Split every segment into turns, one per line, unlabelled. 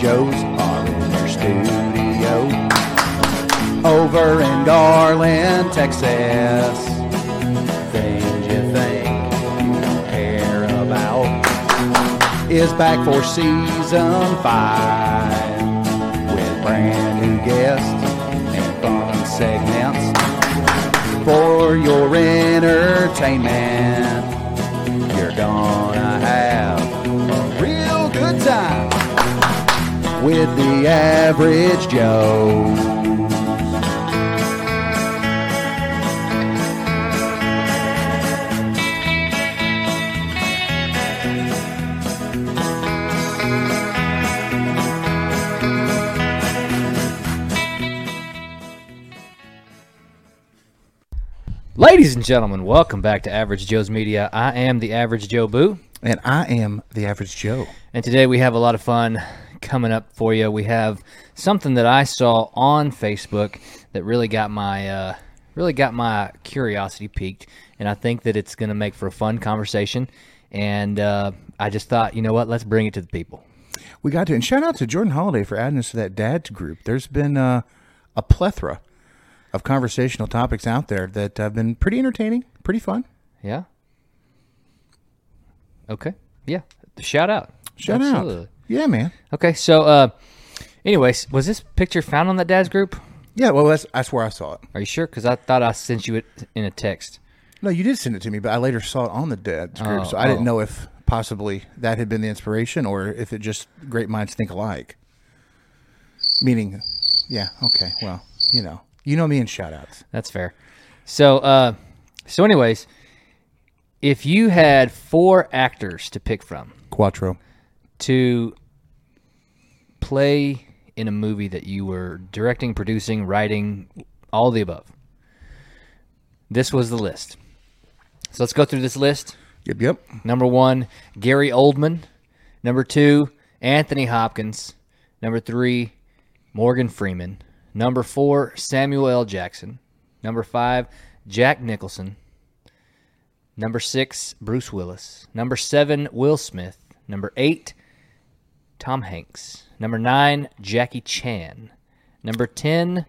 Joes are in their studio over in Garland, Texas. Things you think you don't care about is back for season five with brand new guests and fun segments for your entertainment. You're gonna have a real good time with the average Joe.
Ladies and gentlemen, welcome back to Average Joe's Media. I am the Average Joe Boo,
And I am the average Joe.
and today we have a lot of fun coming up for you. We have something that I saw on Facebook that really got my uh, really got my curiosity piqued, and I think that it's going to make for a fun conversation. And uh, I just thought, you know what, let's bring it to the people.
We got to, and shout out to Jordan Holiday for adding us to that dad group. There's been uh, a plethora of conversational topics out there that have been pretty entertaining, pretty fun.
Yeah. Okay. Yeah. Shout out.
Shout
Absolutely.
out. Yeah, man.
Okay. So, uh, anyways, was this picture found on that dad's group?
Yeah, well, that's, that's where I saw it.
Are you sure? Because I thought I sent you it in a text.
No, you did send it to me, but I later saw it on the dad's group,
Oh,
so I didn't
oh.
know if possibly that had been the inspiration or if it just great minds think alike. Meaning, yeah, okay, well, you know, you know me and shout outs.
That's fair. So, uh, so anyways, if you had four actors to pick from
Quattro.
to play in a movie that you were directing, producing, writing, all the above, this was the list. So let's go through this list.
Yep, yep.
Number one, Gary Oldman. Number two, Anthony Hopkins. Number three, Morgan Freeman. Number four, Samuel L. Jackson. Number five, Jack Nicholson. Number six, Bruce Willis. Number seven, Will Smith. Number eight, Tom Hanks. Number nine, Jackie Chan. Number 10,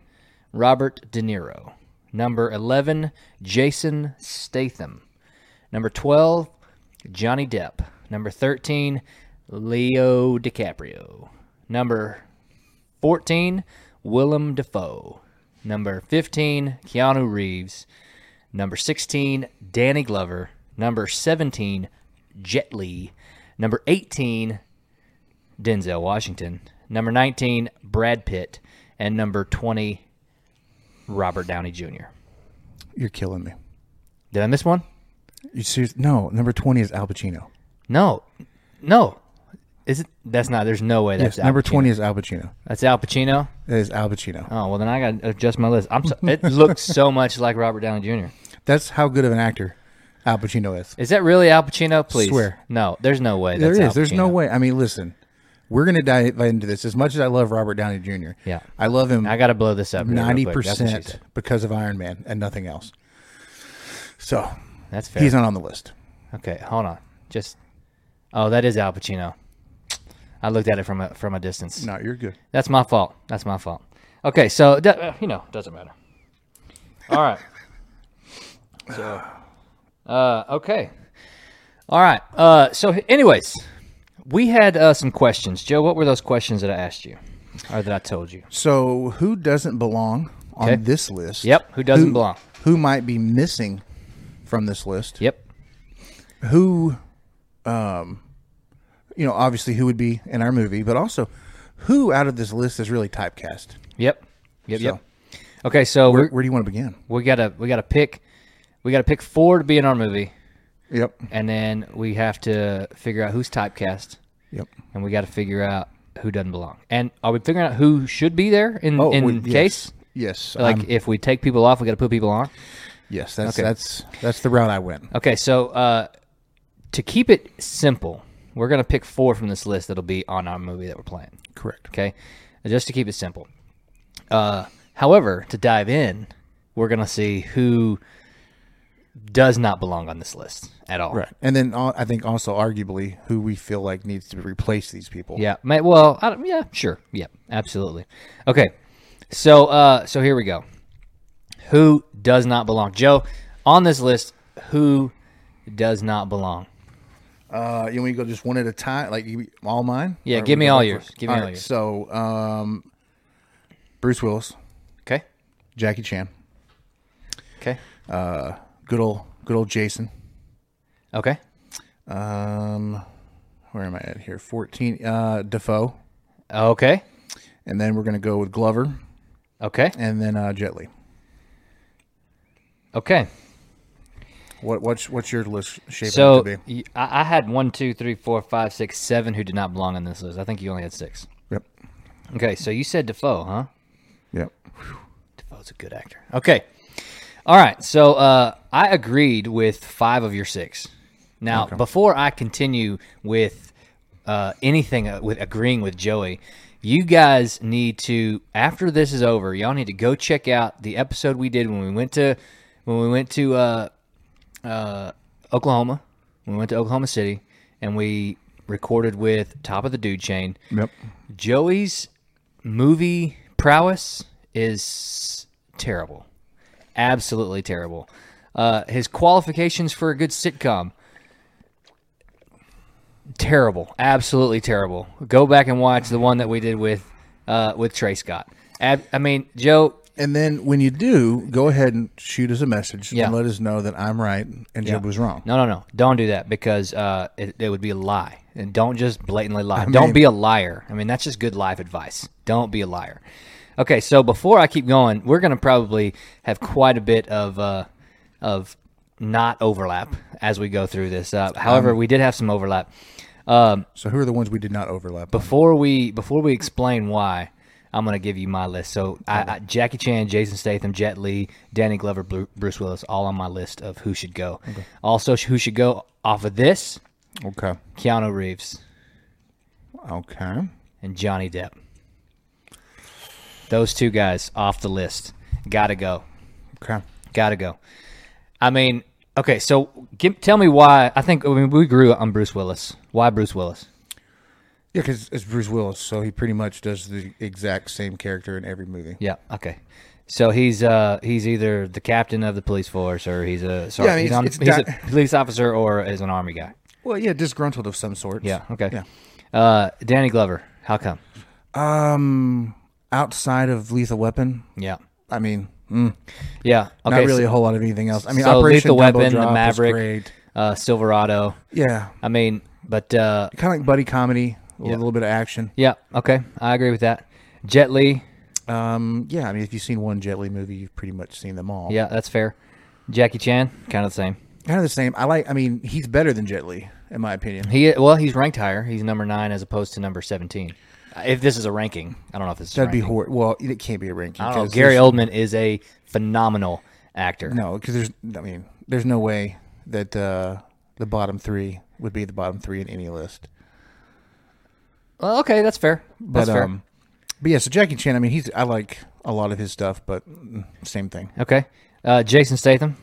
Robert De Niro. Number 11, Jason Statham. Number 12, Johnny Depp. Number 13, Leo DiCaprio. Number 14, Willem Dafoe. Number 15, Keanu Reeves. Number 16, Danny Glover. Number 17, Jet Li. Number 18, Denzel Washington. Number 19, Brad Pitt. And number 20, Robert Downey Jr.
You're killing me.
Did I miss one?
You serious? No, number 20 is Al Pacino.
No. No. Is it? That's not. There's no way that's
Yes, number
Al Pacino.
20 is Al Pacino.
That's Al Pacino.
That is Al Pacino.
Oh well, then I got to adjust my list. I'm. So, it looks so much like Robert Downey Jr.
That's how good of an actor Al Pacino is.
Is that really Al Pacino? Please
Swear.
No, there's no way.
There
That's
is.
Al
There's no
Pacino.
way. I mean, listen, we're going to dive into this. As much as I love Robert Downey Jr.,
Yeah.
I love him
I got to blow this up. here real quick. That's what she
90%
said.
because of Iron Man and nothing else. So
That's fair.
he's not on the list.
Okay, hold on. Just. Oh, that is Al Pacino. I looked at it from a from a distance.
No, you're good.
That's my fault. That's my fault. Okay, so d- uh, you know, doesn't matter. All right. So, uh, okay. All right. Uh, so, anyways, we had uh, some questions, Joe. What were those questions that I asked you, or that I told you?
So who doesn't belong on
Okay.
this list?
Yep, who doesn't belong.
Who might be missing from this list?
Yep.
who um you know obviously who would be in our movie but also who out of this list is really typecast
Yep. Yep.
So-
Yep. Okay, so
where,
we're,
where do you want to begin
we gotta we gotta pick we gotta pick four to be in our movie,
yep
and then we have to figure out who's typecast.
yep
and we got to figure out who doesn't belong. And are we figuring out who should be there in in
Oh, we- yes. Um,
case?
yes
Like
I'm-
if we take people off, we got to put people on.
yes that's
okay.
that's that's the route i went
Okay, so uh, to keep it simple, we're gonna pick four from this list that'll be on our movie that we're playing.
correct
Okay, just to keep it simple. Uh, however, to dive in, we're gonna see who does not belong on this list at all.
Right. And then uh, I think also arguably who we feel like needs to replace these people.
Yeah. ma- Well, I don't, yeah, sure. Yeah, absolutely. Okay. So, uh, so here we go. Who does not belong? Joe, on this list, who does not belong?
Uh, you want me to go just one at a time? Like you, all mine?
Yeah,
Or
give
we
me
go
all
back
yours.
first?
Give me all
right,
yours.
So, um, Bruce Willis,
Okay.
Jackie Chan,
Okay.
good old, good old Jason.
Okay.
Um, where am I at here? Fourteen. Uh, Defoe,
Okay.
and then we're gonna go with Glover,
Okay.
and then uh, Jet Li.
Okay.
What what's what's your list shaping
So
up to be?
y- I, I had one, two, three, four, five, six, seven who did not belong on this list. I think you only had six.
Yep.
Okay. So you said Defoe, huh?
Yep.
Defoe's a good actor. Okay. All right. So uh, I agreed with five of your six. Now, before I continue with uh, anything uh, with agreeing with Joey, you guys need to after this is over, y'all need to go check out the episode we did when we went to when we went to uh, uh, Oklahoma. We went to Oklahoma City and we recorded with Top of the Dude Chain.
Yep.
Joey's movie prowess is terrible. Absolutely terrible. Uh, his qualifications for a good sitcom terrible. Absolutely terrible. Go back and watch the one that we did with uh, with Trey Scott. Ab- I mean, Joe,
And then when you do, go ahead and shoot us a message
Yeah.
and let us know that I'm right and Jib was wrong.
No, no, no. Don't do that because uh, it, it would be a lie. And don't just blatantly lie. don't be a liar. I mean, that's just good life advice. Don't be a liar. Okay, so before I keep going, we're going to probably have quite a bit of uh, of not overlap as we go through this. Uh, however, we did have some overlap.
So who are the ones we did not overlap? on?
Before we before we explain why, I'm going to give you my list. So I, I, Jackie Chan, Jason Statham, Jet Li, Danny Glover, Bru- Bruce Willis, all on my list of who should go. Also, who should go off of this
Okay.
Keanu Reeves
Okay.
and Johnny Depp. Those two guys off the list. Gotta go.
Okay.
Gotta go. I mean, okay, so give, tell me why. I think I mean, we grew on Bruce Willis. Why Bruce Willis?
Yeah, because it's Bruce Willis, so he pretty much does the exact same character in every movie.
Yeah, okay. So he's uh he's either the captain of the police force or he's a sorry,
Yeah, I
he's,
mean, it's-
on,
it's
he's
di-
a police officer or is an army guy.
Well, yeah, disgruntled of some sort.
Yeah, okay.
Yeah.
Uh Danny Glover, how come?
Um, outside of Lethal Weapon,
Yeah.
I mean, mm,
Yeah. Okay.
not really
so-
a whole lot of anything else. I mean,
so
Operation
Lethal
Dumbo
Weapon,
Drop
The
is
Maverick,
great.
uh, Silverado.
Yeah,
I mean, but uh,
kind of like buddy comedy, a little bit of action.
yeah, okay, I agree with that. Jet Li,
Um, yeah, I mean, if you've seen one Jet Li movie, you've pretty much seen them all.
yeah, that's fair. Jackie Chan, kind of the same.
kind of the same. I like. I mean, he's better than Jet Li, in my opinion.
He well, he's ranked higher. He's number nine as opposed to number seventeen. Uh, If this is a ranking, I don't know if this is a
That'd be
ranking.
horrible. Well, it can't be a ranking.
I don't know.
'cause
Gary
there's-
Oldman is a phenomenal actor.
No, because there's. I mean, there's no way that uh, the bottom three would be the bottom three in any list.
Well, okay, that's fair.
But
That's fair.
um, but yeah. So Jackie Chan. I mean, he's. I like a lot of his stuff, but mm, same thing.
okay, uh, Jason Statham,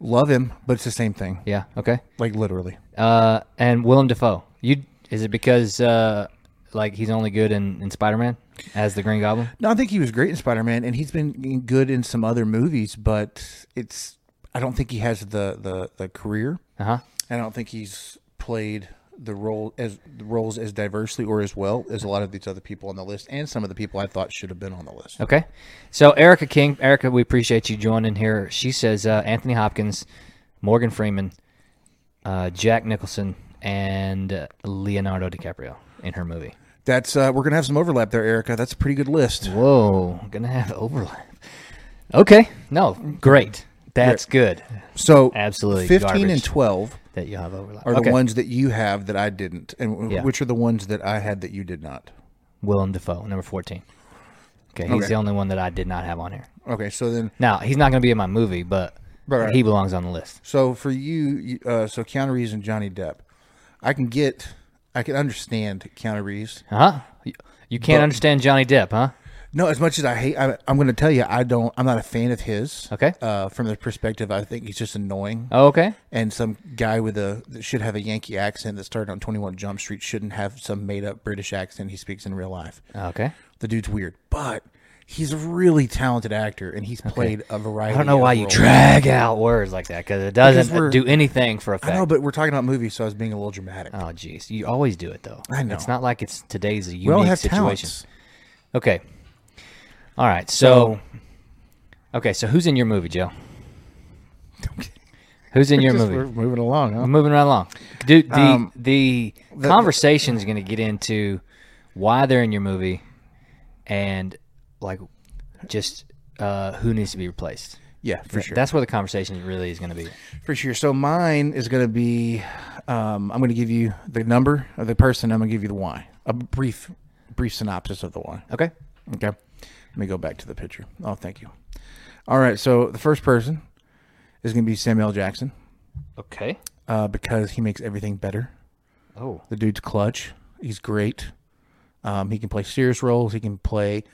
Love him, but it's the same thing.
yeah, okay,
Like literally.
uh, and Willem Dafoe. You is it because uh, like he's only good in, in Spider Man as the Green Goblin?
No, I think he was great in Spider Man, and he's been good in some other movies, but it's. I don't think he has the the the career.
Uh huh.
I don't think he's played the role as the roles as diversely or as well as a lot of these other people on the list, and some of the people I thought should have been on the list.
Okay. So Erica King, Erica, we appreciate you joining here. She says uh, Anthony Hopkins, Morgan Freeman, uh, Jack Nicholson, and uh, Leonardo DiCaprio in her movie.
That's uh, we're gonna have some overlap there, Erica. That's a pretty good list.
Whoa, gonna have overlap. Okay. No, great. That's good
So
Absolutely
fifteen
garbage.
and twelve
that you have overlap.
are
okay.
the ones that you have that I didn't, and w-
Yeah.
which are the ones that I had that you did not.
Willem Dafoe, number fourteen. Okay, he's
Okay.
the only one that I did not have on here.
Okay, so then
Now he's not gonna be in my movie, but
Right, right.
he belongs on the list.
So for you, you- uh, so Keanu Reeves and Johnny Depp, I can get, I can understand Keanu Reeves.
Uh-huh. Huh? You- You can't understand Johnny Depp, huh?
No, as much as I hate, I, I'm going to tell you, I don't. I'm not a fan of his.
Okay.
Uh, from the perspective, I think he's just annoying.
Oh, okay.
And some guy with a that should have a Yankee accent that started on 21 Jump Street shouldn't have some made up British accent he speaks in real life.
Okay.
The dude's weird, but he's a really talented actor, and he's played a variety.
I don't know
of
why you
roles.
drag out words like that because it doesn't
we're-
do anything for effect.
I know, but we're talking about movies, so I was being a little dramatic.
Oh, jeez. You always do it, though.
I know.
It's not like it's today's a
we all
unique
have
situation.
talents.
Okay. All right. So, okay. So, who's in your movie, Joe? Who's in your
Just-
movie?
We're moving along. Huh?
We're moving right along. Dude, the,
Um,
the, conversation's going to get into why they're in your movie and, like, just uh, who needs to be replaced.
Yeah, for sure.
That's where the conversation really is going to be.
For sure. So mine is going to be, um, I'm going to give you the number of the person. I'm going to give you the why. A brief, brief synopsis of the why.
Okay.
Okay. Let me go back to the picture. Oh, thank you. All right. So the first person is going to be Samuel L. Jackson
Okay.
uh, because he makes everything better.
Oh.
The dude's clutch. He's great. Um, he can play serious roles. He can play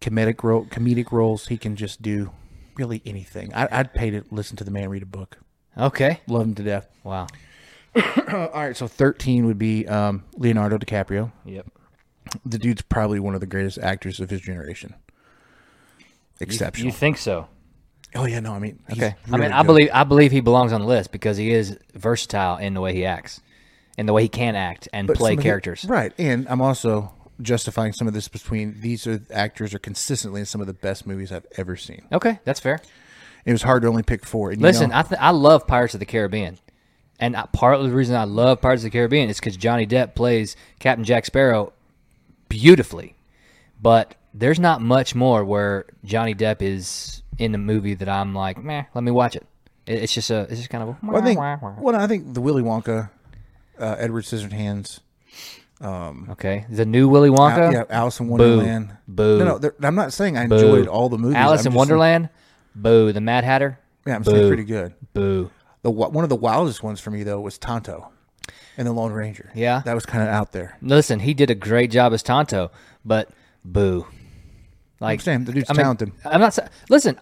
comedic role, comedic roles. He can just do really anything. I, I'd pay to listen to the man read a book.
Okay.
Love him to death.
Wow.
Oh, All right, so 13 would be um, Leonardo DiCaprio.
Yep.
The dude's probably one of the greatest actors of his generation. Exceptional.
You think so?
oh yeah, no, I mean, he's
Okay. I
really
mean, I
good.
believe I believe he belongs on the list because he is versatile in the way he acts, and the way he can act and
But some
play
of the-
characters.
right? And I'm also justifying some of this between these are actors are consistently in some of the best movies I've ever seen.
Okay, that's fair.
It was hard to only pick four. And, you
Listen,
know-
I th- I love Pirates of the Caribbean, and I, part of the reason I love Pirates of the Caribbean is because Johnny Depp plays Captain Jack Sparrow beautifully, but there's not much more where Johnny Depp is in the movie that I'm like, meh, let me watch it. It- It's just a, it's just kind of. A,
Well, I think well, I think the Willy Wonka, uh, Edward Scissorhands,
okay, the new Willy
Al-
Wonka.
yeah, Alice in Wonderland.
Boo.
No, no, they're- I'm not saying I enjoyed all the movies.
Alice
I'm
in
just-
Wonderland. Boo. The Mad Hatter.
Yeah, I'm
Boo.
saying pretty good.
Boo.
The wi- one of the wildest ones for me though was Tonto, and the Lone Ranger.
Yeah.
that was kind of out there.
Listen, he did a great job as Tonto, but boo. Like
I'm saying the dude's
I mean,
talented.
I'm not. sa- Listen,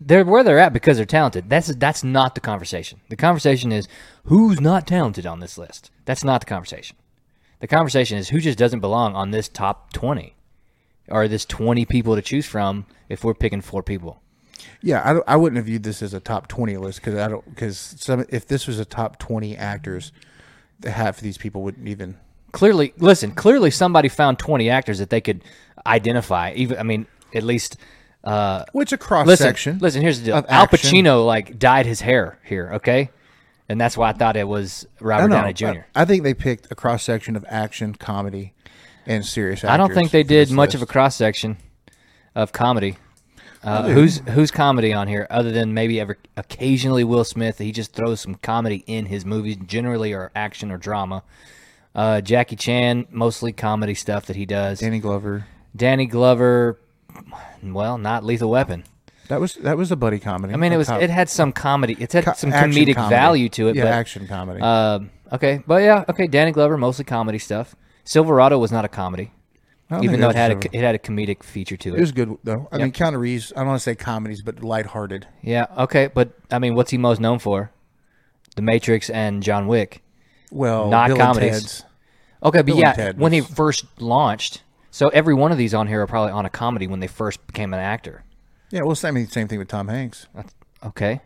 they're where they're at because they're talented. That's that's not the conversation. The conversation is who's not talented on this list. That's not the conversation. The conversation is who just doesn't belong on this top twenty, or this twenty people to choose from. If we're picking four people,
Yeah, I, don't- I wouldn't have viewed this as a top twenty list because I don't because some if this was a top twenty actors, the half of these people wouldn't even.
clearly listen clearly somebody found 20 actors that they could identify even i mean at least uh
Which a cross
listen
section.
listen here's the deal
of
al
action.
pacino like dyed his hair here okay and that's why i thought it was
I
robert
don't know.
downey jr
I, I think they picked a cross section of action, comedy, and serious.
i don't think
actors
they
for
did
this
much
list.
of a cross section of comedy uh, who's who's comedy on here other than maybe ever occasionally Will Smith? He just throws some comedy in his movies, generally or action or drama. Uh, Jackie Chan, mostly comedy stuff that he does.
Danny Glover.
Danny Glover, well, not Lethal Weapon.
That was that was a buddy comedy.
I mean, it was it had some comedy, it had some comedic value to it.
Yeah,
but,
action comedy.
Um, okay, but yeah, okay. Danny Glover, mostly comedy stuff. Silverado was not a comedy,
I don't
even
think
though
that
it had
was
a, it had a comedic feature to
It
it.
was good though. I mean, Keanu Reeves. I don't want to say comedies, but lighthearted.
Yeah, okay, but I mean, what's he most known for? The Matrix and John Wick.
Well,
Not
Bill and
comedies.
Ted's.
Okay, but
Bill and
yeah,
Ted
when he
was-
first launched, so every one of these on here are probably on a comedy when they first became an actor.
Yeah, well, same, I mean, same thing with Tom Hanks.
That's, okay.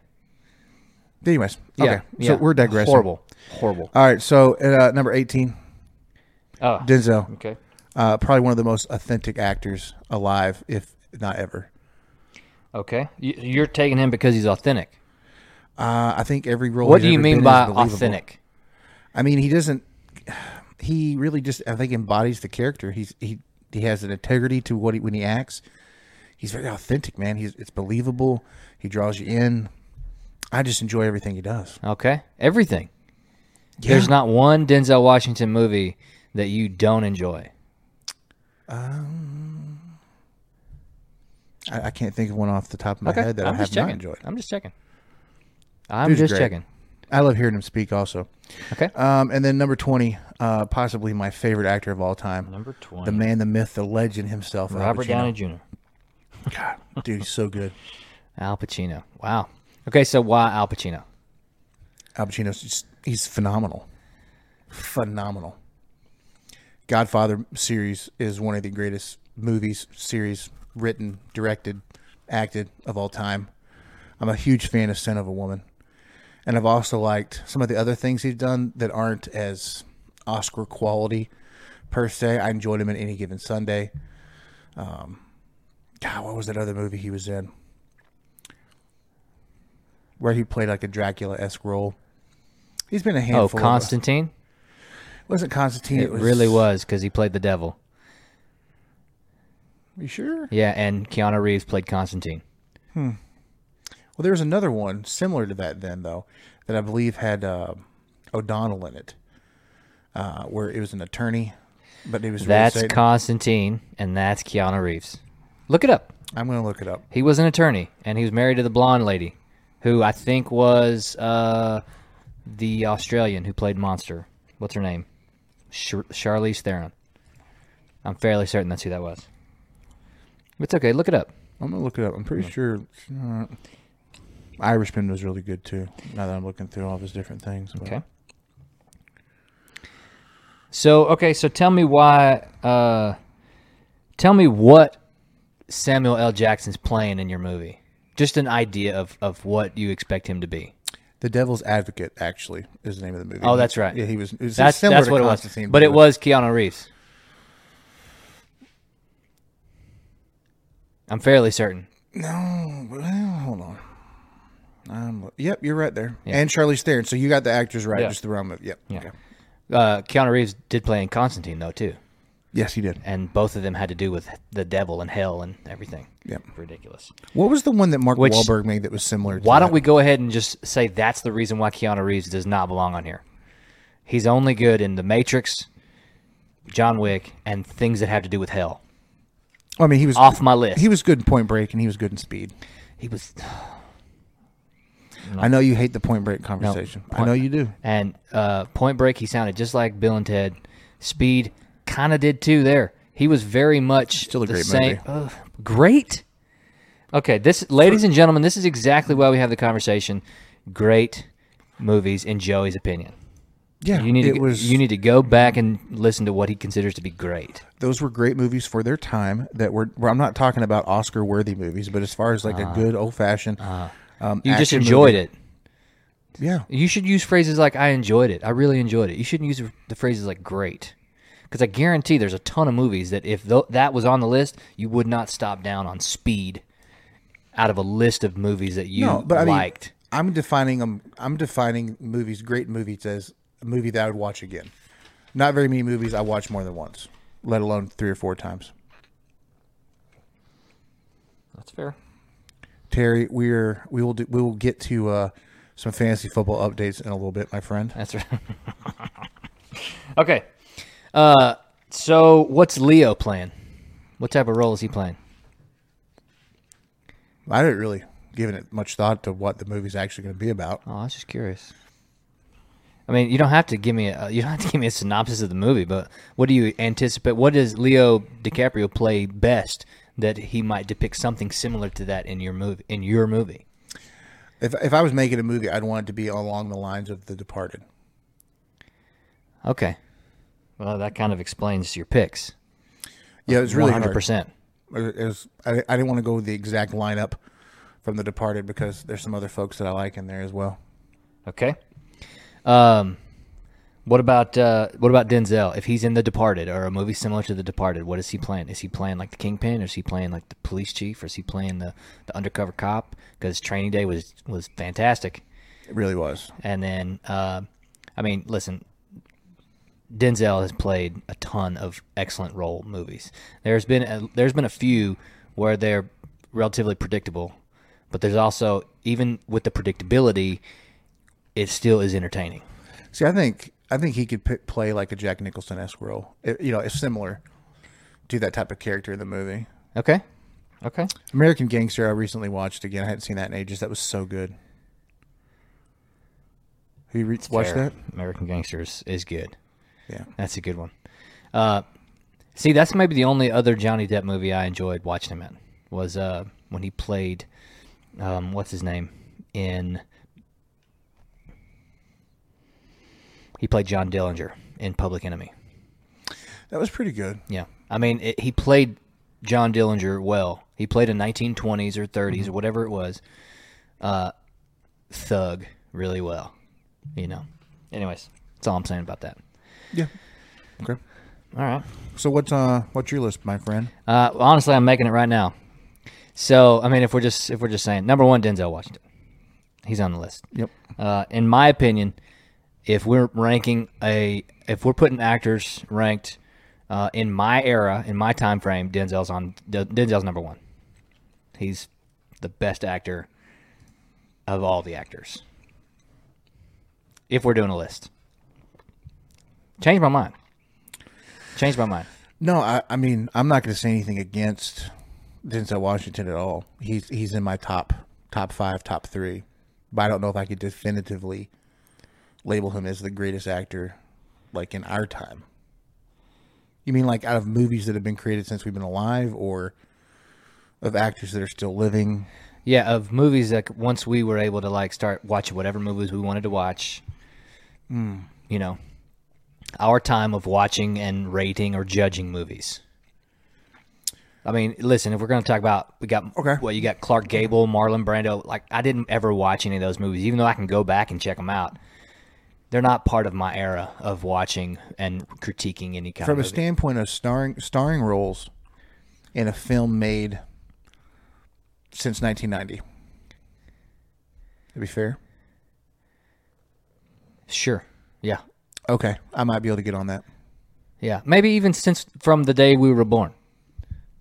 Anyways,
Yeah,
okay.
yeah.
So we're digressing.
Horrible. Horrible.
All right, so uh, number eighteen,
Oh,
Denzel.
okay.
Uh, probably one of the most authentic actors alive, if not ever.
Okay, You- you're taking him because he's authentic.
Uh, I think every role.
What
he's
do you
ever been
mean
in
by
is believable.
authentic?
I mean, he doesn't. He really just, I think, embodies the character. He's he he has an integrity to what he when he acts. He's very authentic, man. He's it's believable. He draws you in. I just enjoy everything he does.
Okay, everything. There's not one Denzel Washington movie that you don't enjoy.
I, I can't think of one off the top of my
Okay,
head that
I'm
I have
just
not
checking.
enjoyed.
I'm just checking. I'm
Dude's
just
great.
checking.
I love hearing him speak also.
Okay.
Um, and then number 20, uh, possibly my favorite actor of all time.
Number 20.
The man, the myth, the legend himself. Al
Robert
Pacino.
Downey Jr.
God, dude, he's so good.
Al Pacino. Wow. Okay, so why Al Pacino?
Al Pacino's just, he's phenomenal. Phenomenal. Godfather series is one of the greatest movies, series written, directed, acted of all time. I'm a huge fan of Sin of a Woman. And I've also liked some of the other things he's done that aren't as Oscar quality per se. I enjoyed him in any given Sunday. Um, God, what was that other movie he was in? Where he played like a Dracula esque role. He's been a
Oh,
handful. of-
Constantine?
wasn't Constantine?
It,
was,
really was because he played the devil.
You sure?
Yeah, and Keanu Reeves played Constantine.
Well, there's another one similar to that then though, that I believe had uh, O'Donnell in it, uh, where it was an attorney, but it was really
That's
Satan.
Constantine, and that's Keanu Reeves. Look it up.
I'm gonna look it up.
He was an attorney, and he was married to the blonde lady, who I think was uh, the Australian who played Monster. What's her name? Char- Charlize Theron. I'm fairly certain that's who that was. It's okay. Look it up.
I'm gonna look it up. I'm
Mm.
pretty sure uh, Irishman was really good too. Now that I'm looking through all of his different things. but-
Okay. So okay, so tell me why. Uh, tell me what Samuel L. Jackson's playing in your movie. Just an idea of of what you expect him to be.
The Devil's Advocate actually is the name of the movie.
Oh, that's right.
Yeah, he was. It was
That's
similar
that's
to
what it was.
Constantine,
But it was Keanu Reeves. I'm fairly certain.
No, Oh, well, hold on. Um, yep, you're right there. And Charlie Theron. So you got the actors right,
Yeah.
just the realm of yep.
Yeah.
okay.
Uh, Keanu Reeves did play in Constantine though too,
Yes, he did.
and both of them had to do with the devil and hell and everything.
Yep.
Ridiculous.
What was the one that Mark
Which-
Wahlberg made that was similar? to
Why
that?
don't we go ahead and just say that's the reason why Keanu Reeves does not belong on here? He's only good in The Matrix, John Wick, and things that have to do with hell.
I mean, he was
Off my list.
He was good in Point Break, and he was good in Speed.
He was,
I know you hate the Point Break conversation. I
Point-
know you do.
and uh, Point Break, he sounded just like Bill and Ted. Speed kind of did too. There, he was very much
Still a
the
great
same.
movie.
Ugh, great. Okay, this, ladies and gentlemen, this is exactly why we have the conversation. Great movies, in Joey's opinion.
Yeah,
You need
it
to,
was.
you need to go back and listen to what he considers to be great.
those were great movies for their time. That were. well, I'm not talking about Oscar worthy movies, but as far as like a good old fashioned. um,
Uh-huh. You just
action
enjoyed
movie-
it.
Yeah.
You should use phrases like "I enjoyed it," "I really enjoyed it." You shouldn't use the phrases like "great," because I guarantee there's a ton of movies that if tho- that was on the list, you would not stop down on Speed out of a list of movies that you
No, but I mean,
liked.
I'm defining them. I'm defining movies, great movies, as a movie that I would watch again. Not very many movies I watch more than once, let alone three or four times.
That's fair.
Terry, we're we will do, we will get to uh, some fantasy football updates in a little bit, my friend.
That's right. okay. Uh, so what's Leo playing? What type of role is he playing?
I didn't really given it much thought to what the movie's actually going to be about.
Oh, I was just curious. I mean, you don't have to give me a you don't have to give me a synopsis of the movie, but what do you anticipate? What does Leo DiCaprio play best that he might depict something similar to that in your movie? In your movie,
If if I was making a movie, I'd want it to be along the lines of The Departed.
okay. Well, that kind of explains your picks.
Yeah, it was really
One
hard.
hundred percent.
It was, I, I didn't want to go with the exact lineup from The Departed because there's some other folks that I like in there as well.
Okay. Um, what about uh, what about Denzel? If he's in The Departed or a movie similar to The Departed, what is he playing? Is he playing like the kingpin? Or is he playing like the police chief? Or is he playing the, the undercover cop? Because Training Day was was fantastic.
It really was.
And then, uh, I mean, listen, Denzel has played a ton of excellent role movies. There's been a, there's been a few where they're relatively predictable, but there's also even with the predictability, it still is entertaining.
See, I think I think he could p- play like a Jack Nicholson esque role. It- you know, it's similar to that type of character in the movie.
Okay, okay.
American Gangster, I recently watched again. I hadn't seen that in ages. That was so good. Have you re- watched
Fair.
that?
American Gangsters is good.
Yeah.
That's a good one. Uh, see, that's maybe the only other Johnny Depp movie I enjoyed watching him in was uh, when he played um, what's his name in. He played John Dillinger in Public Enemy.
That was pretty good.
Yeah, I mean it, he played John Dillinger well. He played a 1920s or 30s or whatever it was, uh, thug really well. You know. Anyways, that's all I'm saying about that.
Yeah. Okay.
All right.
So what's uh what's your list, my friend?
Uh, honestly, I'm making it right now. So I mean, if we're just if we're just saying number one, Denzel Washington, he's on the list.
Yep.
Uh, in my opinion, if we're ranking a if we're putting actors ranked uh, in my era in my time frame, Denzel's on Den- Denzel's number one. He's the best actor of all the actors. If we're doing a list, change my mind. Change my mind.
No, I, I mean I'm not going to say anything against Denzel Washington at all. He's he's in my top top five, top three, but I don't know if I could definitively label him as the greatest actor like in our time. You mean like out of movies that have been created since we've been alive, or of actors that are still living?
Yeah, of movies that once we were able to like start watching whatever movies we wanted to watch,
Hmm.
you know, our time of watching and rating or judging movies. I mean, listen, if we're going to talk about, we got,
Okay.
well, you got Clark Gable, Marlon Brando. Like, I didn't ever watch any of those movies, even though I can go back and check them out. They're not part of my era of watching and critiquing any kind
from a
of movie.
standpoint of starring starring roles in a film made since 1990. To be fair,
sure. Yeah.
okay, I might be able to get on that.
Yeah. Maybe even since from the day we were born,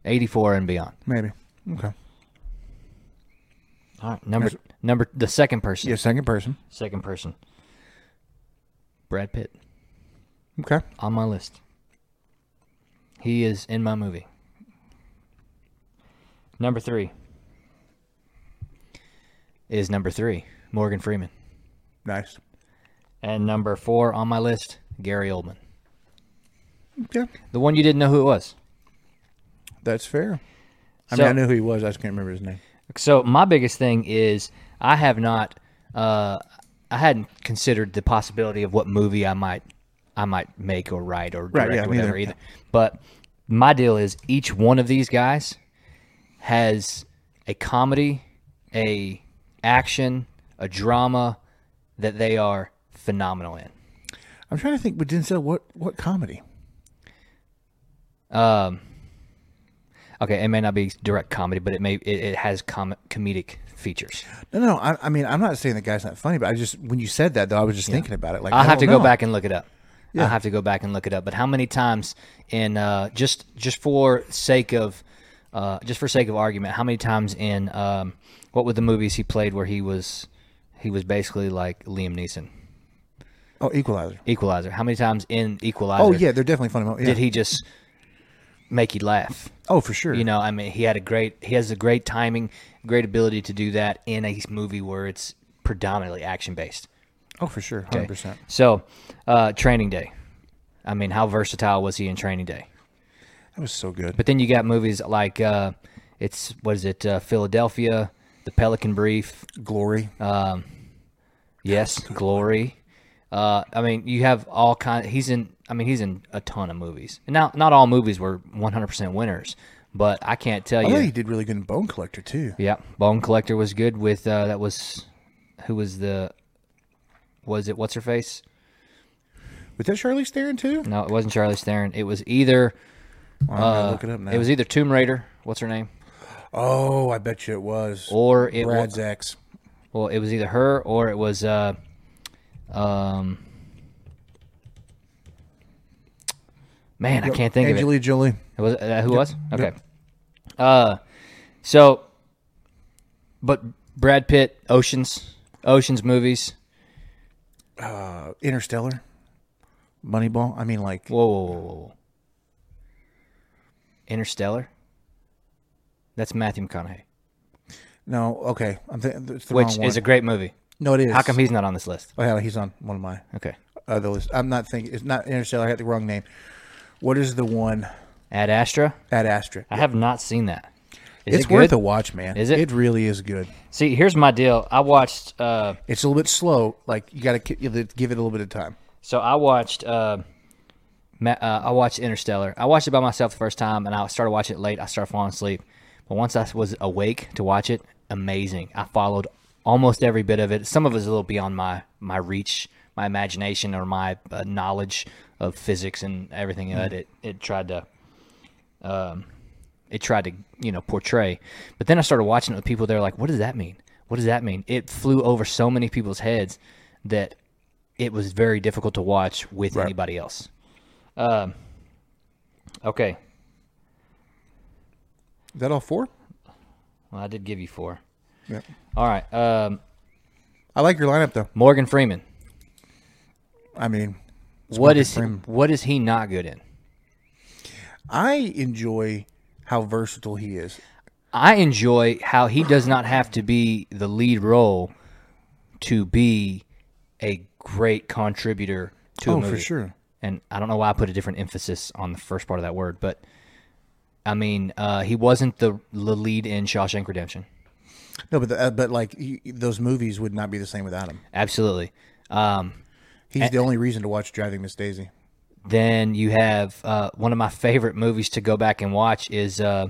84 and beyond.
Maybe. Okay.
All right, number number the second person.
Yeah, second person.
Second person. Brad Pitt
Okay.
on my list. He is in my movie. Number 3 is number 3, Morgan Freeman.
Nice.
And number 4 on my list, Gary Oldman.
Okay.
The one you didn't know who it was.
That's fair. I
So-
mean, I knew who he was. I just can't remember his name.
So my biggest thing is I have not, uh, I hadn't considered the possibility of what movie I might, I might make or write or direct
Right,
or
yeah, me
whatever
neither.
either. But my deal is each one of these guys has a comedy, a action, a drama that they are phenomenal in.
I'm trying to think. But Denzel, what what comedy?
Okay, it may not be direct comedy, but it may it, it has com- comedic features.
No, no. no, I, I mean, I'm not saying the guy's not funny, but I just when you said that though, I was just thinking about it. Like
I'll
I
have to
don't
go
know.
back and look it up. I'll have to go back and look it up. But how many times in uh, just just for sake of uh, just for sake of argument, how many times in um, what were the movies he played where he was he was basically like Liam Neeson,
Oh, Equalizer.
Equalizer? How many times in Equalizer?
Oh yeah, they're definitely funny. mo- Yeah.
did he just make you laugh?
Oh, for sure.
You know, I mean, he had a great he has a great timing, great ability to do that in a movie where it's predominantly action based.
Oh, for sure. Hundred percent.
So, uh, Training Day. I mean, how versatile was he in Training Day?
That was so good.
But then you got movies like uh, it's what is it? Uh, Philadelphia, The Pelican Brief.
Glory.
Oh, Yes, Glory. Uh, I mean, you have all kind. He's in. I mean, he's in a ton of movies. And now, not all movies were 100% winners, but I can't tell
I
you.
thought he did Oh, really good in Bone Collector too.
Yeah, Bone Collector was good with uh, that was who was the was it what's her face?
Was that Charlie Theron too?
No, it wasn't Charlie Theron. It was either
Oh, I'm gonna look it up now.
Uh, It was either Tomb Raider, what's her name,
oh, I bet you it was.
or it
Brad's
was
ex.
well, it was either her or it was uh, um, man, I can't think of
Angelina Jolie.
it. it was uh, who was okay, uh, so, but Brad Pitt, Oceans, Oceans movies.
Interstellar. Moneyball. I mean, like
Whoa, whoa, whoa, whoa, whoa. Interstellar. That's Matthew McConaughey,
no. Okay, I'm th- it's the
which
wrong one.
is a great movie.
No, it is.
How come he's not on this list?
Oh, hell, he's on one of my
Okay.
other lists. I'm not thinking. It's not Interstellar. I got the wrong name. What is the one
Ad Astra?
at Astra?
I have not seen that. Is
it's
it
worth
good?
a watch, man.
Is it?
It really is good.
See, here's my deal. I watched. Uh,
It's a little bit slow. Like you got to give it a little bit of time.
so I watched. Uh, Ma- uh, I watched Interstellar. I watched it by myself the first time, and I started watching it late. I started falling asleep, but once I was awake to watch it, amazing. I followed almost every bit of it. Some of it was a little beyond my my reach, my imagination, or my uh, knowledge of physics and everything that it it tried to um, it tried to you know portray but then i started watching it with people they're like what does that mean what does that mean it flew over so many people's heads that it was very difficult to watch with anybody else um, okay
Is that all four?
well i did give you four
Yeah.
all right um,
I like your lineup though.
morgan freeman
I mean,
what is he,
Freeman.
what is he not good in
I enjoy how versatile he is.
i enjoy how he does not have to be the lead role to be a great contributor to a
Oh,
movie
for sure.
and I don't know why I put a different emphasis on the first part of that word, but I mean, uh, he wasn't the, the lead in Shawshank Redemption.
No, but the, uh, but like you, those movies would not be the same without him.
Absolutely. Um,
He's the only reason to watch Driving Miss Daisy.
then you have uh, one of my favorite movies to go back and watch is uh,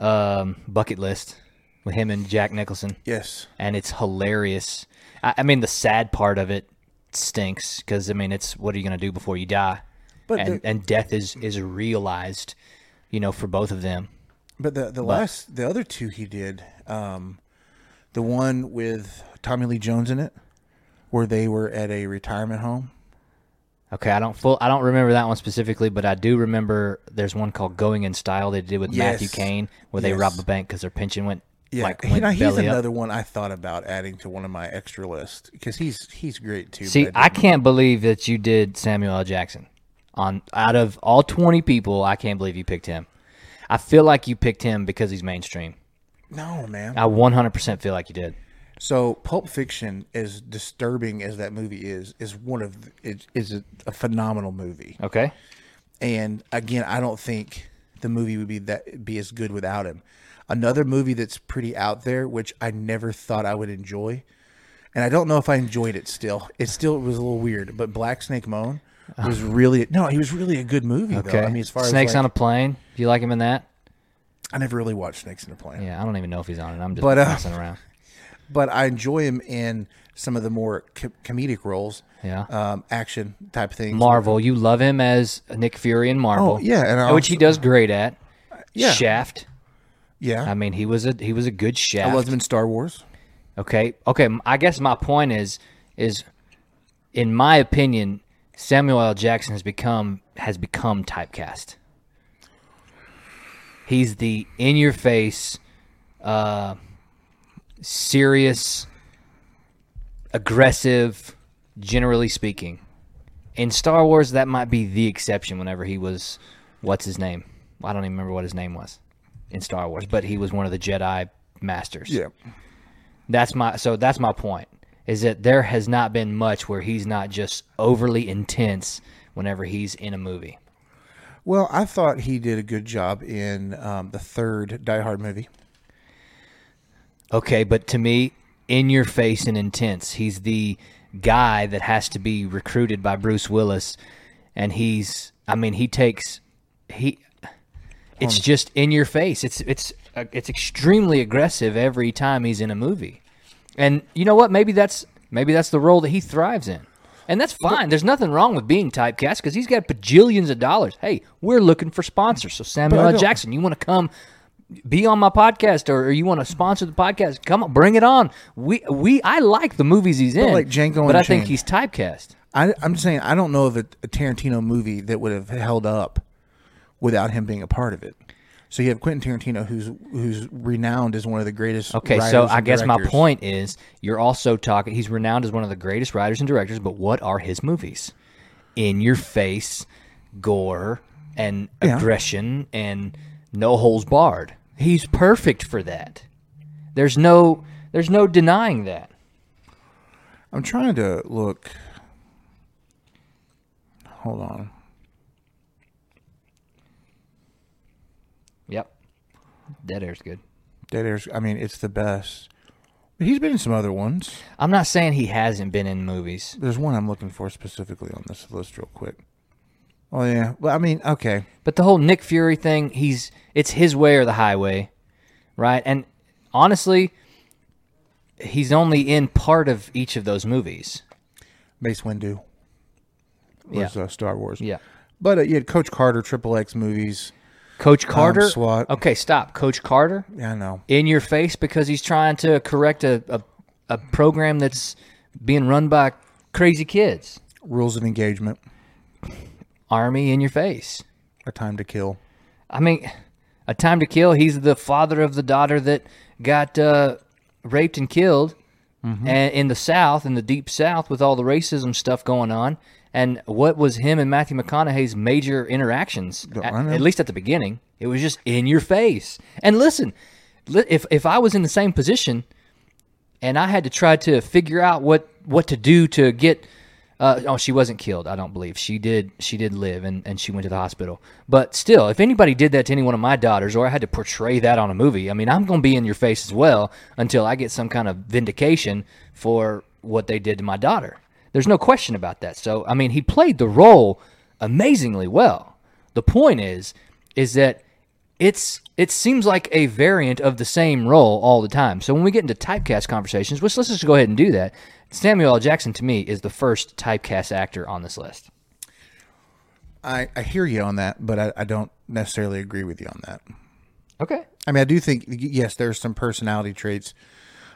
um, Bucket List with him and Jack Nicholson.
Yes.
and it's hilarious. I, I mean, the sad part of it stinks because I mean, it's what are you gonna do before you die?
But
and,
the-
and death is is realized, you know, for both of them.
But the the last the other two he did, um, the one with Tommy Lee Jones in it, where they were at a retirement home.
Okay, I don't full I don't remember that one specifically, but I do remember there's one called Going in Style they did with Matthew
Yes.
Caine where they
Yes.
robbed a bank because their pension went
Yeah,
like
He-
went
now, he's
belly up.
another one I thought about adding to one of my extra lists because he's he's great too.
See,
but
I
didn't.
can't believe that you did Samuel L. Jackson. On out of all twenty people, I can't believe you picked him. I feel like you picked him because he's mainstream.
no man.
I 100% feel like you did.
So, Pulp Fiction, as disturbing as that movie is, is one of the- it is a, a phenomenal movie.
Okay.
And again, I don't think the movie would be that be as good without him. Another movie that's pretty out there, which I never thought I would enjoy, and I don't know if I enjoyed it. Still, it still was a little weird. But Black Snake Moan was really no, he was really a good movie.
Ah. Okay.
Though. I mean, as far
Snakes
as like,
on a plane. Do you like him in that?
I never really watched Snakes in a Plane.
Yeah, I don't even know if he's on it. I'm just
But, uh,
messing around.
but I enjoy him in some of the more co- comedic roles,
Yeah.
um, action type things.
Marvel. You love him as Nick Fury in Marvel.
Oh, yeah, and I
which he
also-
does great at.
Yeah.
Shaft.
yeah,
I mean, he was a he was a good
I
shaft.
love him in Star Wars.
Okay. Okay. m- I guess my point is, is in my opinion, Samuel L. Jackson has become has become typecast. He's the in your face, uh, serious, aggressive. Generally speaking, in Star Wars, that might be the exception. Whenever he was, what's his name? I don't even remember what his name was in Star Wars, but he was one of the Jedi masters. That's my so that's my point is that there has not been much where he's not just overly intense whenever he's in a movie.
Well, I thought he did a good job in um, the third Die Hard movie.
Okay, but to me, in your face and intense. He's the guy that has to be recruited by Bruce Willis and he's I mean, he takes he it's
Hmm.
just in your face. It's it's uh, it's extremely aggressive every time he's in a movie. And you know what? Maybe that's maybe that's the role that he thrives in. And that's fine. There's nothing wrong with being typecast because he's got bajillions of dollars. Hey, we're looking for sponsors. So Samuel
But I
L.
don't-
Jackson, you want to come be on my podcast or, or you want to sponsor the podcast? Come on, bring it on. We we I like the movies he's in.
like Django
but I think
Unchained.
he's typecast.
I, I'm saying I don't know of a, a Tarantino movie that would have held up without him being a part of it. So you have Quentin Tarantino, who's who's renowned as one of the greatest.
Okay, so
writers
I
and
guess my
directors.
point is you're also talking. He's renowned as one of the greatest writers and directors, but what are his movies? In your face, gore and
Yeah.
aggression and no holes barred. He's perfect for that. There's no there's no denying that.
I'm trying to look. Hold on.
Yep. Dead air's good.
Dead Air's. I mean, it's the best. But he's been in some other ones.
I'm not saying he hasn't been in movies.
There's one I'm looking for specifically on this list, real quick. Oh yeah. Well, I mean, okay.
But the whole Nick Fury thing, he's it's his way or the highway, right? And honestly, he's only in part of each of those movies.
Mace Windu was uh, Star Wars.
Yeah.
But uh, you had Coach Carter, Triple X movies.
Coach Carter.
SWAT.
Okay, stop. Coach Carter
Yeah, I know.
in your face because he's trying to correct a, a, a program that's being run by crazy kids.
Rules of engagement.
Army in your face.
A Time to Kill.
I mean, A Time to Kill. He's the father of the daughter that got uh, raped and killed, and in the South, in the Deep South, with all the racism stuff going on. And what was him and Matthew McConaughey's major interactions? At,
I know.
at least at the beginning, it was just in your face. And listen, li- if if I was in the same position, and I had to try to figure out what what to do to get. Uh, oh, she wasn't killed. I don't believe she did. She did live, and, and she went to the hospital. But still, if anybody did that to any one of my daughters, or I had to portray that on a movie, I mean, I'm going to be in your face as well until I get some kind of vindication for what they did to my daughter. There's no question about that. So, I mean, he played the role amazingly well. The point is, is that it's it seems like a variant of the same role all the time. So when we get into typecast conversations, which let's just go ahead and do that, Samuel L. Jackson to me is the first typecast actor on this list.
I, I hear you on that, but I, I don't necessarily agree with you on that.
Okay.
I mean, I do think y- yes, there's some personality traits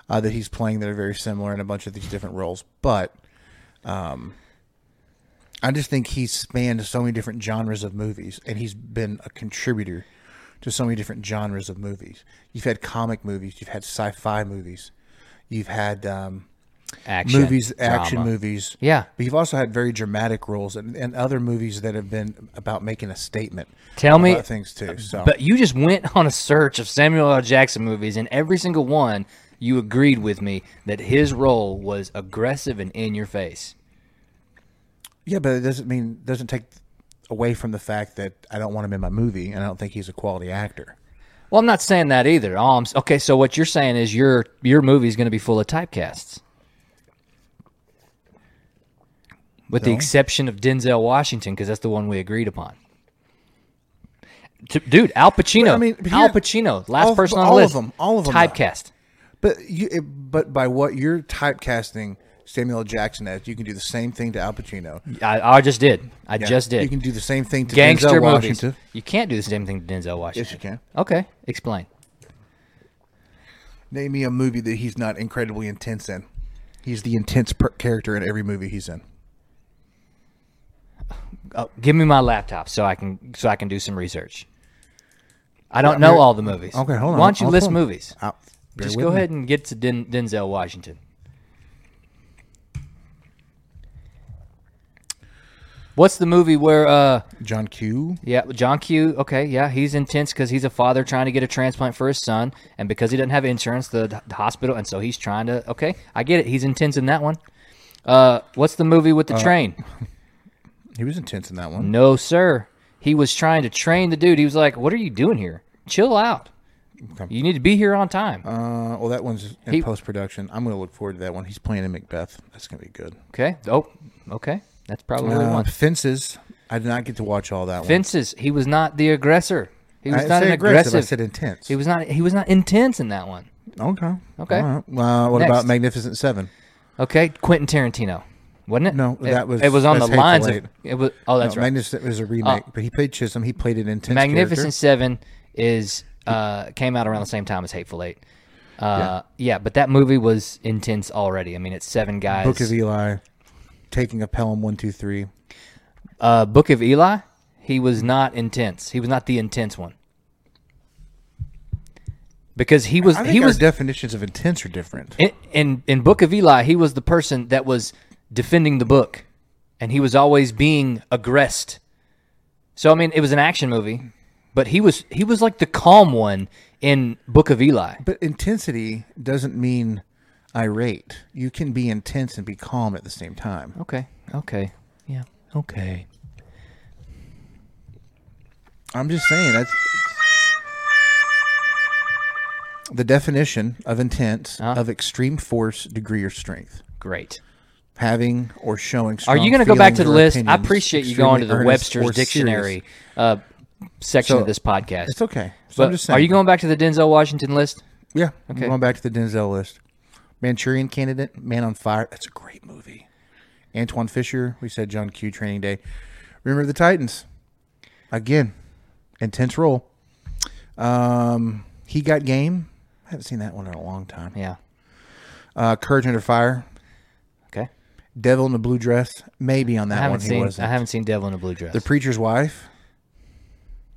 uh, that he's playing that are very similar in a bunch of these different roles, but um, I just think he's spanned so many different genres of movies, and he's been a contributor to so many different genres of movies. You've had comic movies, you've had sci-fi movies, you've had um,
Action.
movies, action
drama.
movies.
Yeah.
but you've also had very dramatic roles and, and other movies that have been about making a statement.
Tell me-
about things too. So
But you just went on a search of Samuel L. Jackson movies, and every single one you agreed with me that his role was aggressive and in your face.
Yeah, but it doesn't mean doesn't take away from the fact that I don't want him in my movie, and I don't think he's a quality actor.
Well, I'm not saying that either. All I'm s- okay, so what you're saying is your your movie's going to be full of typecasts. With the exception of Denzel Washington because that's the one we agreed upon. T- Dude, Al Pacino.
I mean, but
Al
here-
Pacino, last
all-
person on
all
the
of
list.
them, all of them, though.
Typecast.
But you, it, but by what you're typecasting Samuel L. Jackson as, you can do the same thing to Al Pacino.
I, I just did. I just
You
did.
can do the same thing to
Gangster
Denzel
movies.
Washington.
You can't do the same thing to Denzel Washington.
Yes, you can.
Okay, explain.
Name me a movie that he's not incredibly intense in. He's the intense per- character in every movie he's in.
Oh, give me my laptop so I can so I can do some research. I don't know
here-
all the movies.
Okay, hold on.
Why don't you
I'll
list
pull 'em.
movies?
Uh, bear
Just
with
go
me.
ahead and get to Den- Denzel Washington. What's the movie where? uh
John Q.
Yeah, John Q. Okay, yeah, he's intense because he's a father trying to get a transplant for his son, and because he doesn't have insurance, the, the hospital, and so he's trying to. Okay, I get it. He's intense in that one. Uh, what's the movie with the train?
He was intense in that one.
No, sir. He was trying to train the dude. He was like, "What are you doing here? Chill out. You need to be here on time."
Uh, well, that one's in
He-
post production. I'm going to look forward to that one. He's playing in Macbeth. That's going to be good.
okay. Oh, okay. That's probably what he
Uh,
wants.
Fences. I did not get to watch all that one.
Fences. He was not the aggressor. He was
I
not
say
an aggressive.
I said intense.
he was not. He was not intense in that one.
okay.
Okay.
All right. Uh, what
Next.
about Magnificent Seven?
Okay, Quentin Tarantino, wasn't it?
No,
it,
that was-
It was on the
that's
lines. Of,
Hateful Eight.
it was. Oh, that's
no,
right. Uh,
Magnificent was a remake, but he played Chisholm. He played an intense.
Magnificent
character.
Seven is uh, came out around the same time as Hateful Eight. Uh, yeah. but that movie was intense already. I mean, it's seven guys.
Book of Eli, taking a Pelham one two three.
uh, Book of Eli, he was not intense. He was not the intense one. Because he was
I think
he
our
was
definitions of intense are different.
in, in in Book of Eli, he was the person that was defending the book and he was always being aggressed. So I mean, it was an action movie, but he was he was like the calm one in Book of Eli.
But intensity doesn't mean irate. You can be intense and be calm at the same time.
Okay. Okay. Yeah. Okay.
I'm just saying that's the definition of intense
Huh?
of extreme force, degree, or strength.
Great.
Having or showing.
Are you
going to
go back to the list? I appreciate you going to the Webster's Dictionary uh, section
So,
of this podcast.
It's okay. So
But
I'm just saying.
are you going back to the Denzel Washington list?
Yeah.
Okay.
I'm going back to the Denzel list. Manchurian Candidate, Man on Fire. That's a great movie. Antoine Fisher. We said John Q. Training Day. Remember the Titans. Again, intense role. Um, he got game. I haven't seen that one in a long time.
Yeah.
Uh, Courage Under Fire.
Okay.
Devil in the Blue Dress. Maybe on that
I haven't
one he
seen.
wasn't.
I haven't seen Devil in a Blue Dress.
The Preacher's Wife.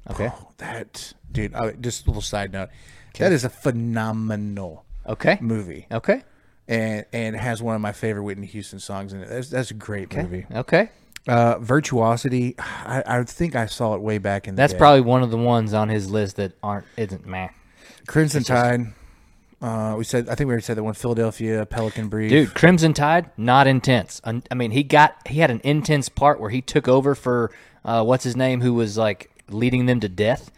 okay.
Oh, that dude. I, just a little side note. That is a phenomenal
Okay.
movie.
Okay.
and and it has one of my favorite Whitney Houston songs in it. That's, that's a great movie.
Okay.
Uh, Virtuosity, I, I think I saw it way back in the
That's
day.
probably one of the ones on his list that aren't isn't meh.
Crimson Tide. Uh, we said I think we already said that one. Philadelphia Pelican Brief.
Dude, Crimson Tide, not intense. Un- I mean, he got he had an intense part where he took over for uh, what's his name, who was like leading them to death.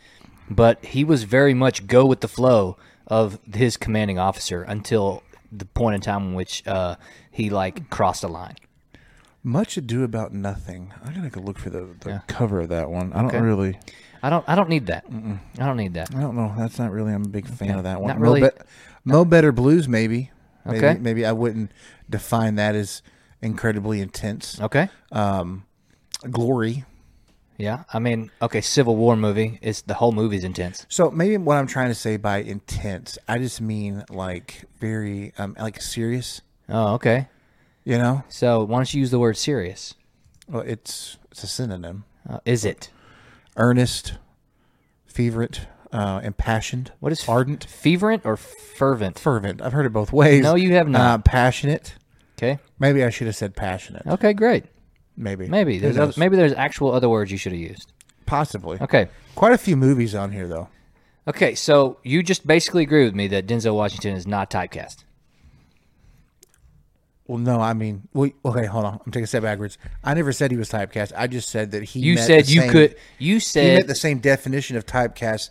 But he was very much go with the flow of his commanding officer until the point in time in which uh, he like crossed a line.
Much Ado About Nothing. I gotta go look for the, the cover of that one. I don't really,
I don't I don't need that. I don't need that.
I don't know. That's not really. I'm a big fan of that one.
Not
Mo
really-
Be- Mo Better Blues, maybe. Maybe,
Okay.
maybe I wouldn't define that as incredibly intense.
Okay.
Glory.
Yeah. I mean, okay, Civil War movie. It's the whole movie's intense.
So maybe what I'm trying to say by intense, I just mean like very um like serious,
Oh, okay.
you know?
So why don't you use the word serious?
Well, it's it's a synonym.
Uh, is it?
Earnest, fervent, uh impassioned.
What is f-
ardent?
Feverent or fervent?
Fervent. I've heard it both ways.
No, you have not.
Uh, passionate.
Okay.
Maybe I should have said passionate.
Okay, great.
Maybe.
Maybe
Who
there's other,
knows?
maybe there's actual other words you should have used.
possibly.
Okay.
Quite a few movies on here though.
Okay, so you just basically agree with me that Denzel Washington is not typecast.
Well, no, I mean, we, okay, hold on. I'm taking a step backwards. I never said he was typecast. I just said that he.
You
met
said
the
you
same-
could you
he
said
met the same definition of typecast,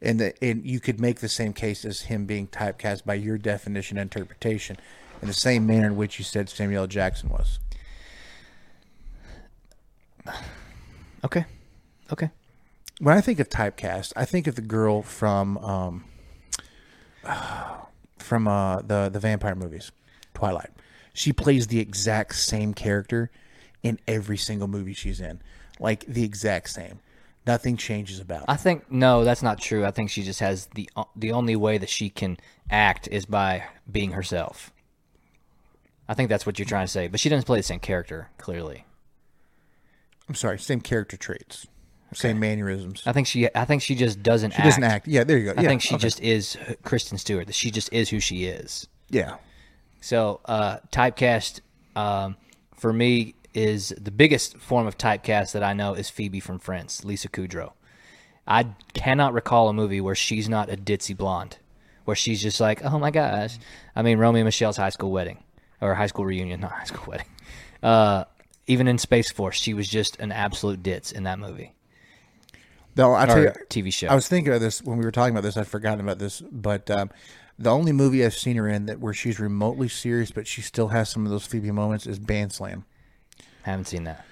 and that and you could make the same case as him being typecast by your definition and interpretation, in the same manner in which you said Samuel L. Jackson was.
Okay. Okay.
When I think of typecast, I think of the girl from um, from uh, the the vampire movies, Twilight. She plays the exact same character in every single movie she's in, like the exact same. Nothing changes about. it.
I think no, that's not true. I think she just has the uh, the only way that she can act is by being herself. I think that's what you're trying to say, but she doesn't play the same character clearly.
I'm sorry, same character traits, same mannerisms.
I think she I think she just doesn't
She
act.
doesn't act. Yeah, there you go.
I
yeah.
think she
okay.
just is Kristen Stewart. That she just is who she is.
Yeah.
So uh, typecast um, for me is the biggest form of typecast that I know is Phoebe from Friends, Lisa Kudrow. I cannot recall a movie where she's not a ditzy blonde, where she's just like, oh my gosh. I mean, Romeo and Michelle's high school wedding or high school reunion, not high school wedding. Uh, even in Space Force, she was just an absolute ditz in that movie
No, I tell
or
you,
TV show.
I was thinking about this when we were talking about this. I'd forgotten about this, but um, the only movie I've seen her in that where she's remotely serious, but she still has some of those Phoebe moments is Bandslam.
haven't seen that.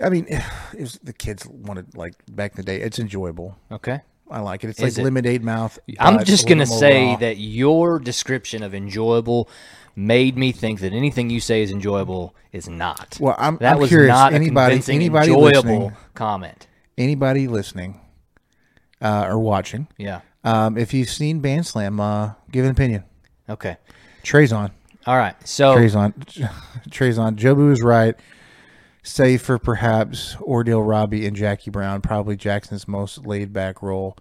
I mean, it was, the kids wanted like back in the day. It's enjoyable.
Okay.
I like it. It's
Is
like
it?
lemonade mouth. uh,
I'm
but
just
a little
gonna
more
say
raw.
that your description of enjoyable made me think that anything you say is enjoyable is not.
Well, I'm-
that
I'm
was
curious.
not
Anybody-
a convincing
anybody
enjoyable
listening?
comment.
anybody listening uh, or watching,
Yeah.
um, if you've seen Bandslam, uh, give an opinion.
Okay.
Trey's on.
All right. So
Trey's on. Trey's on. Jobu is right. Save for perhaps Ordell Robbie and Jackie Brown, probably Jackson's most laid back role,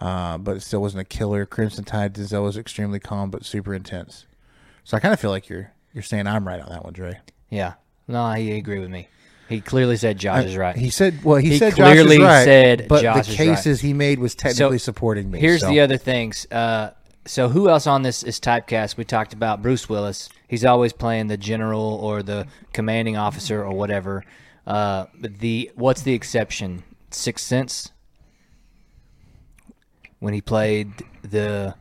uh, but it still wasn't a killer. Crimson Tide Denzel was extremely calm but super intense. So I kind of feel like you're you're saying I'm right on that one, Dre.
yeah. No, he agreed with me. He clearly said Josh is right.
He said, "Well, he,
He
said Josh
clearly
is right,
said
but
Josh
the
is right.
cases he made was technically supporting me."
Here's
so
the other things. Uh, so who else on this is typecast? We talked about Bruce Willis. He's always playing the general or the commanding officer or whatever. Uh, but the what's the exception? Sixth Sense. When he played the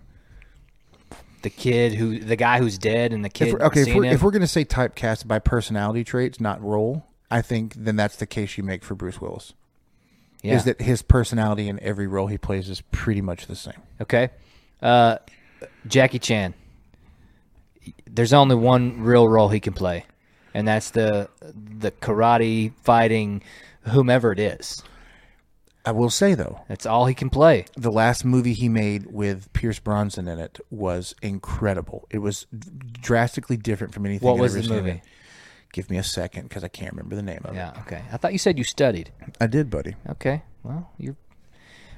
the kid who the guy who's dead and the kid
If we're- okay, if
seeing
we're,
him.
if we're gonna say typecast by personality traits, not role, I think then that's the case you make for Bruce Willis.
yeah.
Is that his personality in every role he plays is pretty much the same.
Okay. Uh, Jackie Chan. There's only one real role he can play, and that's the the karate fighting whomever it is.
I will say though,
That's all he can play.
the last movie he made with Pierce Bronson in it was incredible. It was drastically different from anything.
What
I'd
was
ever
the
seen of
movie?
it. Give me a second because I can't remember the name of
Yeah. Okay. I thought you said you studied.
it. I did, buddy.
Okay. Well, you're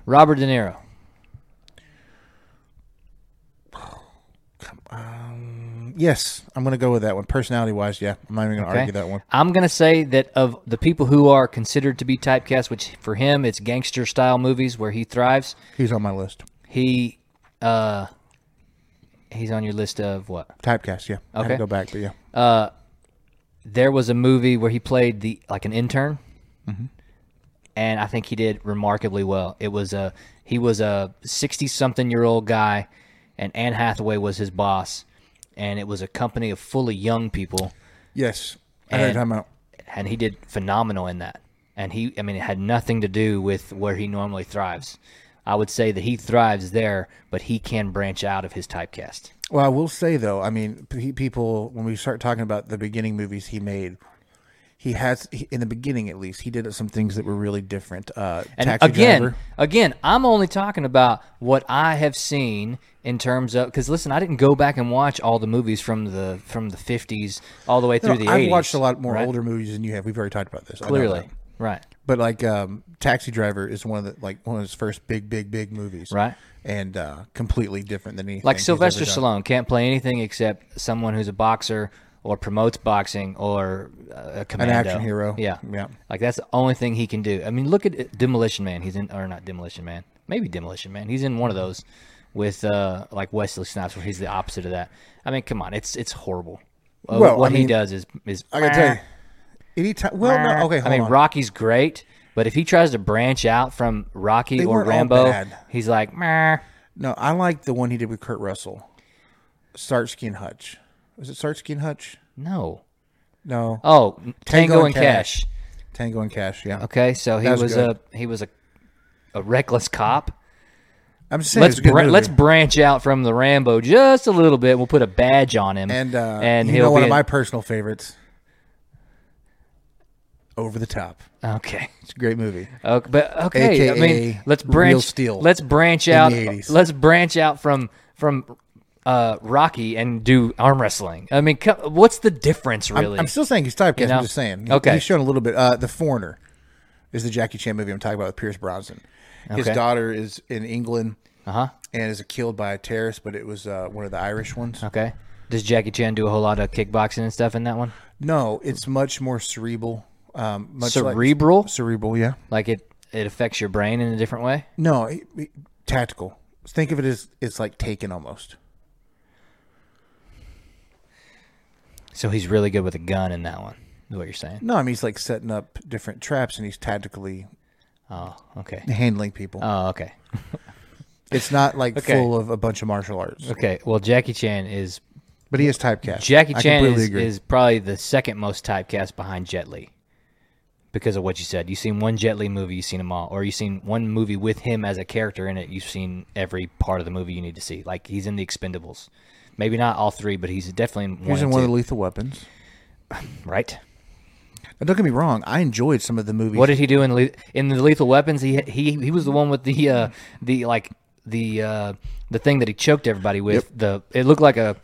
Robert De Niro.
Yes, I'm gonna go with that one. Personality wise, yeah, I'm not even gonna
Okay?
argue that one.
I'm gonna say that of the people who are considered to be typecast, which for him it's gangster style movies where he thrives.
He's on my list.
He, uh, he's on your list of what?
Typecast, yeah. I had
Okay.
to go back, but yeah.
there was a movie where he played the like an intern, and I think he did remarkably well. It was a he was a sixty something year old guy, and Anne Hathaway was his boss, and it was a company of full of young people,
Yes, I know
And-
you're talking about.
and he did phenomenal in that. And he, I mean, it had nothing to do with where he normally thrives. I would say that he thrives there, but he can branch out of his typecast.
Well, I will say though, I mean, pe- people when we start talking about the beginning movies he made, he has he, in the beginning at least he did some things that were really different. Uh,
And
taxi
again,
driver.
again, I'm only talking about what I have seen in terms of because listen, I didn't go back and watch all the movies from the from the 50s all the way through
No,
the
I've
80s.
watched a lot more
right?
older movies than you have. We've already talked about this. I know
Clearly,
that.
right?
But like um, Taxi Driver is one of the like one of his first big, big, big movies.
Right.
And uh, completely different than anything.
Like
he's
Sylvester
ever done.
Stallone can't play anything except someone who's a boxer or promotes boxing or uh, a commando.
action hero.
Yeah,
Yeah.
Like that's the only thing he can do. I mean, look at Demolition Man. He's in, or not Demolition Man, maybe Demolition Man. He's in one of those with uh, like Wesley Snipes, where he's the opposite of that. I mean, come on, it's it's horrible. Uh,
Well,
what
I
he
mean,
does is is.
I gotta tell you. Anytime. Well, no. Okay. Hold
I mean,
on.
Rocky's great, but if he tries to branch out from Rocky or
weren't all
Rambo,
bad.
he's like, Meh.
No, I like the one he did with Kurt Russell, Starsky and Hutch. Was it Starsky and Hutch?
no.
No.
Oh, Tango, and, Cash.
Tango and Cash. Yeah.
Okay, so he
That
was,
was good.
a he was a a reckless cop.
I'm just saying.
Let's
it's a good
bra-
movie.
let's branch out from the Rambo just a little bit. We'll put a badge on him,
and uh,
and
you
he'll
know one
be
of my
in-
personal favorites. Over the top.
okay.
It's a great movie.
Okay, but okay, I mean,
AKA
let's
Real
branch.
Steel
let's branch
in
out.
the 80s.
Let's branch out from from uh, Rocky and do arm wrestling. I mean, co- what's the difference
I'm-
really?
I'm, still saying he's typecast.
know?
I'm just saying. He-
Okay.
He's shown a little bit. Uh, the Foreigner is the Jackie Chan movie I'm talking about with Pierce Brosnan. His
Okay.
daughter is in England
uh-huh.
and is killed by a terrorist, but it was uh, one of the Irish ones.
Okay. Does Jackie Chan do a whole lot of kickboxing and stuff in that one?
No, it's much more cerebral. Um, much
Cerebral?
Like, cerebral, yeah.
Like it it affects your brain in a different way?
No, it, it- tactical. Think of it as it's like Taken almost.
So he's really good with a gun in that one. Is what you're saying?
No, I mean he's like setting up different traps and he's tactically
Oh, okay.
handling people.
Oh, okay.
it's not like
Okay.
full of a bunch of martial arts,
Okay. Well, Jackie Chan is
but he is typecast.
Jackie
I
Chan
completely
is,
agree.
is probably the second most typecast behind Jet Li because of what you said. You've seen one Jet Li movie, you've seen them all, or you've seen one movie with him as a character in it. You've seen every part of the movie you need to see. Like he's in The Expendables, maybe not all three, but he's definitely in one.
He's in
and
one of the
two,
lethal weapons.
right?
And don't get me wrong, I enjoyed some of the movies.
What did he do in Le- in the Lethal Weapons? He he he was the one with the uh, the like the uh, the thing that he choked everybody with. The it looked like a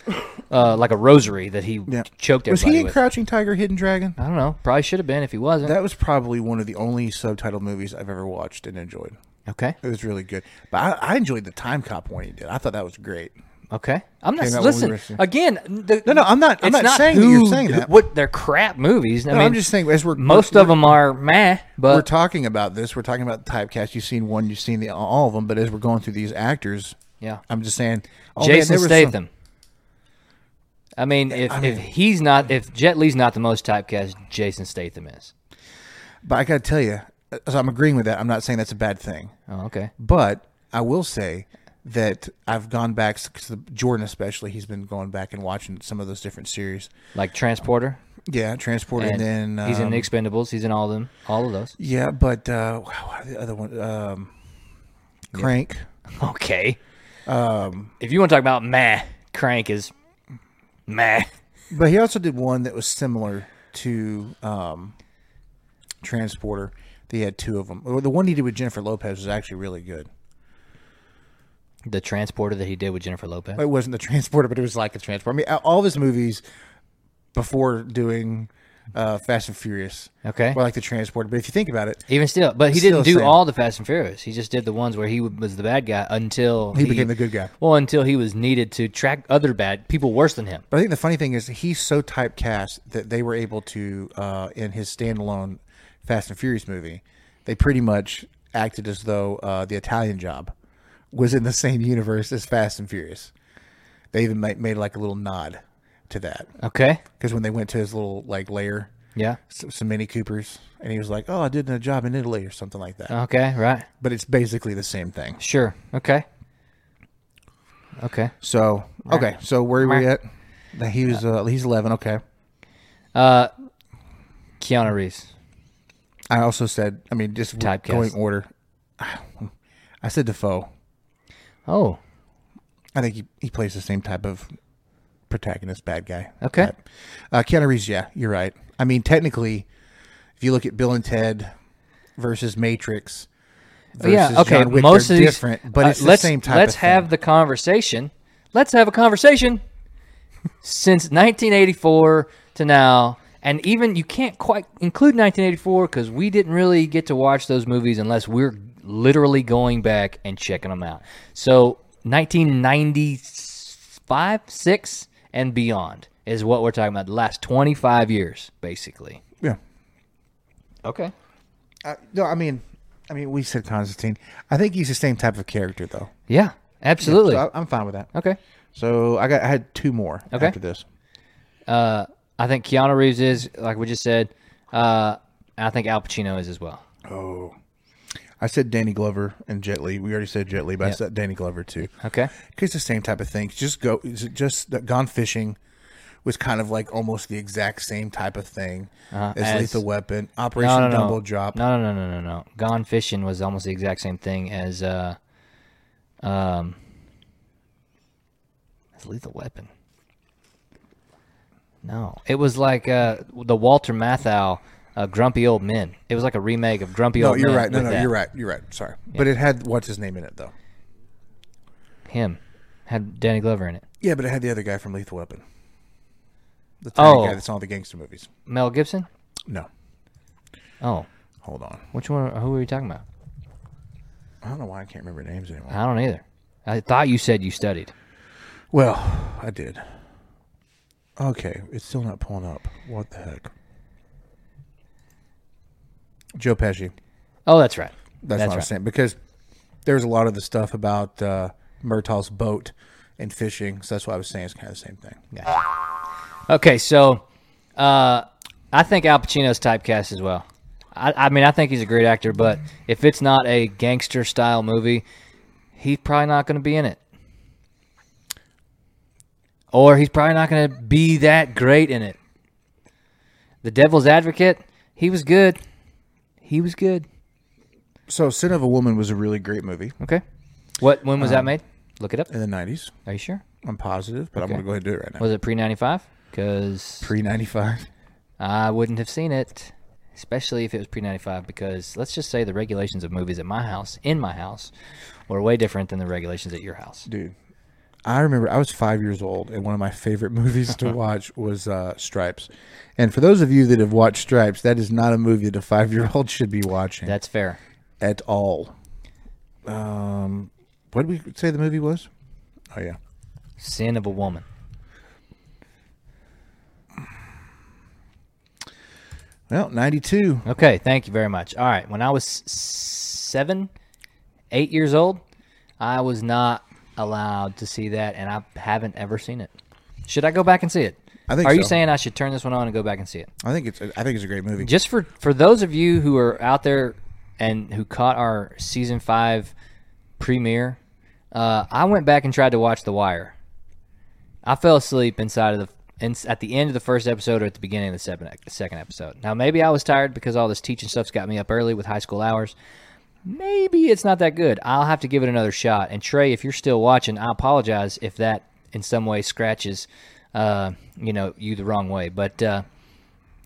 uh, like a rosary that he
Yeah.
choked
was
everybody
he in
with.
Crouching Tiger, Hidden Dragon?
I don't know. Probably should have been if he wasn't.
That was probably one of the only subtitled movies I've ever watched and enjoyed.
okay.
It was really good, but I, I enjoyed the Time Cop one he did. I thought that was great.
Okay. I'm not
Came out when we
listen
were seeing-
again. The,
No, no, I'm not- I'm
it's
not saying that you're saying that.
What they're crap movies. I
No,
mean,
I'm just saying as we're
most of them are meh, but
we're talking about this. We're talking about typecast. You've seen one, you've seen the, all of them, but as we're going through these actors,
Yeah.
I'm just saying. Oh, man,
Jason
there was some-
Statham. I mean, if,
mean-
if he's not, if Jet Li's not the most typecast, Jason Statham is.
but I got to tell you, uh, so I'm agreeing with that. I'm not saying that's a bad thing.
Oh, okay.
But I will say that I've gone back, cause the- Jordan especially, he's been going back and watching some of those different series.
Like Transporter.
Yeah, Transport, and, then
he's in
um,
the Expendables. He's in all of them, all of those.
Yeah, but uh, wow, the other one, um, Crank.
Okay. Um, if you want to talk about meh, Crank is meh.
But he also did one that was similar to um, Transporter. They had two of them. The one he did with Jennifer Lopez was actually really good.
The Transporter that he did with Jennifer Lopez.
It wasn't the Transporter, but it was like a Transporter. I mean, all of his movies before doing uh, Fast and Furious
Okay.
were like the Transporter. But if you think about it,
Even still, but he
Still
didn't do
same.
all the Fast and Furious. He just did the ones where he was the bad guy until
He became the good guy.
Well, until he was needed to track other bad people worse than him.
But I think the funny thing is he's so typecast that they were able to uh, in his standalone Fast and Furious movie, they pretty much acted as though uh, the Italian Job was in the same universe as Fast and Furious. They even made, made like a little nod to that
Okay.
because when they went to his little like lair,
Yeah.
some, some Mini Coopers, and he was like, "Oh, I did a job in Italy or something like that."
Okay. Right.
But it's basically the same thing.
Sure. Okay. Okay.
So okay, so where are we at? That He was uh, he's eleven. Okay.
Keanu Reeves.
I also said, I mean, just
Typecast.
going order. I said Defoe.
Oh.
I think he, he plays the same type of protagonist, bad guy.
Okay.
Type. Uh, Keanu Reeves, yeah, you're right. I mean, technically, if you look at Bill and Ted versus Matrix versus
Oh, yeah. Okay.
John Wick,
Most
they're
of these,
different, but
uh,
it's the
let's,
same type
Let's
of thing.
have the conversation. Let's have a conversation. Since 1984 to now, and even you can't quite include 1984 because we didn't really get to watch those movies unless we're literally going back and checking them out. So 1995, six, and beyond is what we're talking about. The last 25 years, basically.
Yeah.
Okay.
Uh, no, I mean, I mean, we said Constantine. I think he's the same type of character, though.
Yeah. Absolutely.
So I, I'm fine with that.
okay.
So I got, I had two more
Okay.
after this.
I think Keanu Reeves is, like we just said. Uh, I think Al Pacino is as well.
I said Danny Glover and Jet Li. We already said Jet Li, but I said Danny Glover too.
Okay.
It's the same type of thing. Just go. is it Just that Gone Fishing was kind of like almost the exact same type of thing as,
Uh-huh. as-
Lethal Weapon, Operation
No, no, no.
Dumbo Drop.
No, no, no, no, no, no. Gone Fishing was almost the exact same thing as, uh, um, as Lethal Weapon. No, it was like uh, the Walter Matthau, uh, Grumpy Old Men. It was like a remake of Grumpy
No,
Old
you're
Men.
right. No,
with
no,
that.
you're right. You're right. Sorry, but it had what's his name in it though.
Him had Danny Glover in it.
Yeah, but it had the other guy from Lethal Weapon, the tiny
Oh.
guy that's on all the gangster movies.
Mel Gibson.
No,
Oh,
hold on.
which one? Who are we talking about?
I don't know why I can't remember names anymore.
I don't either. I thought you said you studied.
Well, I did. Okay, it's still not pulling up. What the heck? Joe Pesci.
Oh, that's right.
That's, what I'm saying because there's a lot of the stuff about uh, Murtaugh's boat and fishing. So that's why I was saying it's kind of the same thing.
Okay, so uh, I think Al Pacino's typecast as well. I, I mean, I think he's a great actor, but if it's not a gangster style movie, he's probably not going to be in it. Or he's probably not going to be that great in it. The Devil's Advocate, he was good. He was good.
So Sin of a Woman was a really great movie
Okay. What? When was
Um,
that made? Look it up.
in the 90s.
Are you sure?
I'm positive, but I'm going to go ahead and do it right now.
Was it pre ninety five? Because
Pre 95.
I wouldn't have seen it, especially if it was pre 95, because let's just say the regulations of movies at my house, in my house, were way different than the regulations at your house.
Dude, I remember I was five years old, and one of my favorite movies to watch was uh, Stripes. And for those of you that have watched Stripes, that is not a movie that a five year old should be watching
That's fair.
at all. Um, what did we say the movie was? Oh, yeah.
Sin of a woman.
Well, 92.
Okay, thank you very much. All right, when I was s- seven, eight years old, I was not uh, allowed to see that, and I haven't ever seen it. Should I go back and see it?
I think
Are you
so.
saying I should turn this one on and go back and see it?
I think it's. I think it's a great movie.
Just for for those of you who are out there and who caught our season five premiere, uh, I went back and tried to watch The Wire. I fell asleep inside of the in, at the end of the first episode or at the beginning of the seven, second episode. Now maybe I was tired because all this teaching stuff's got me up early with high school hours. Maybe it's not that good. I'll have to give it another shot. And Trey, if you're still watching, I apologize if that in some way scratches, uh, you know, you the wrong way. But uh,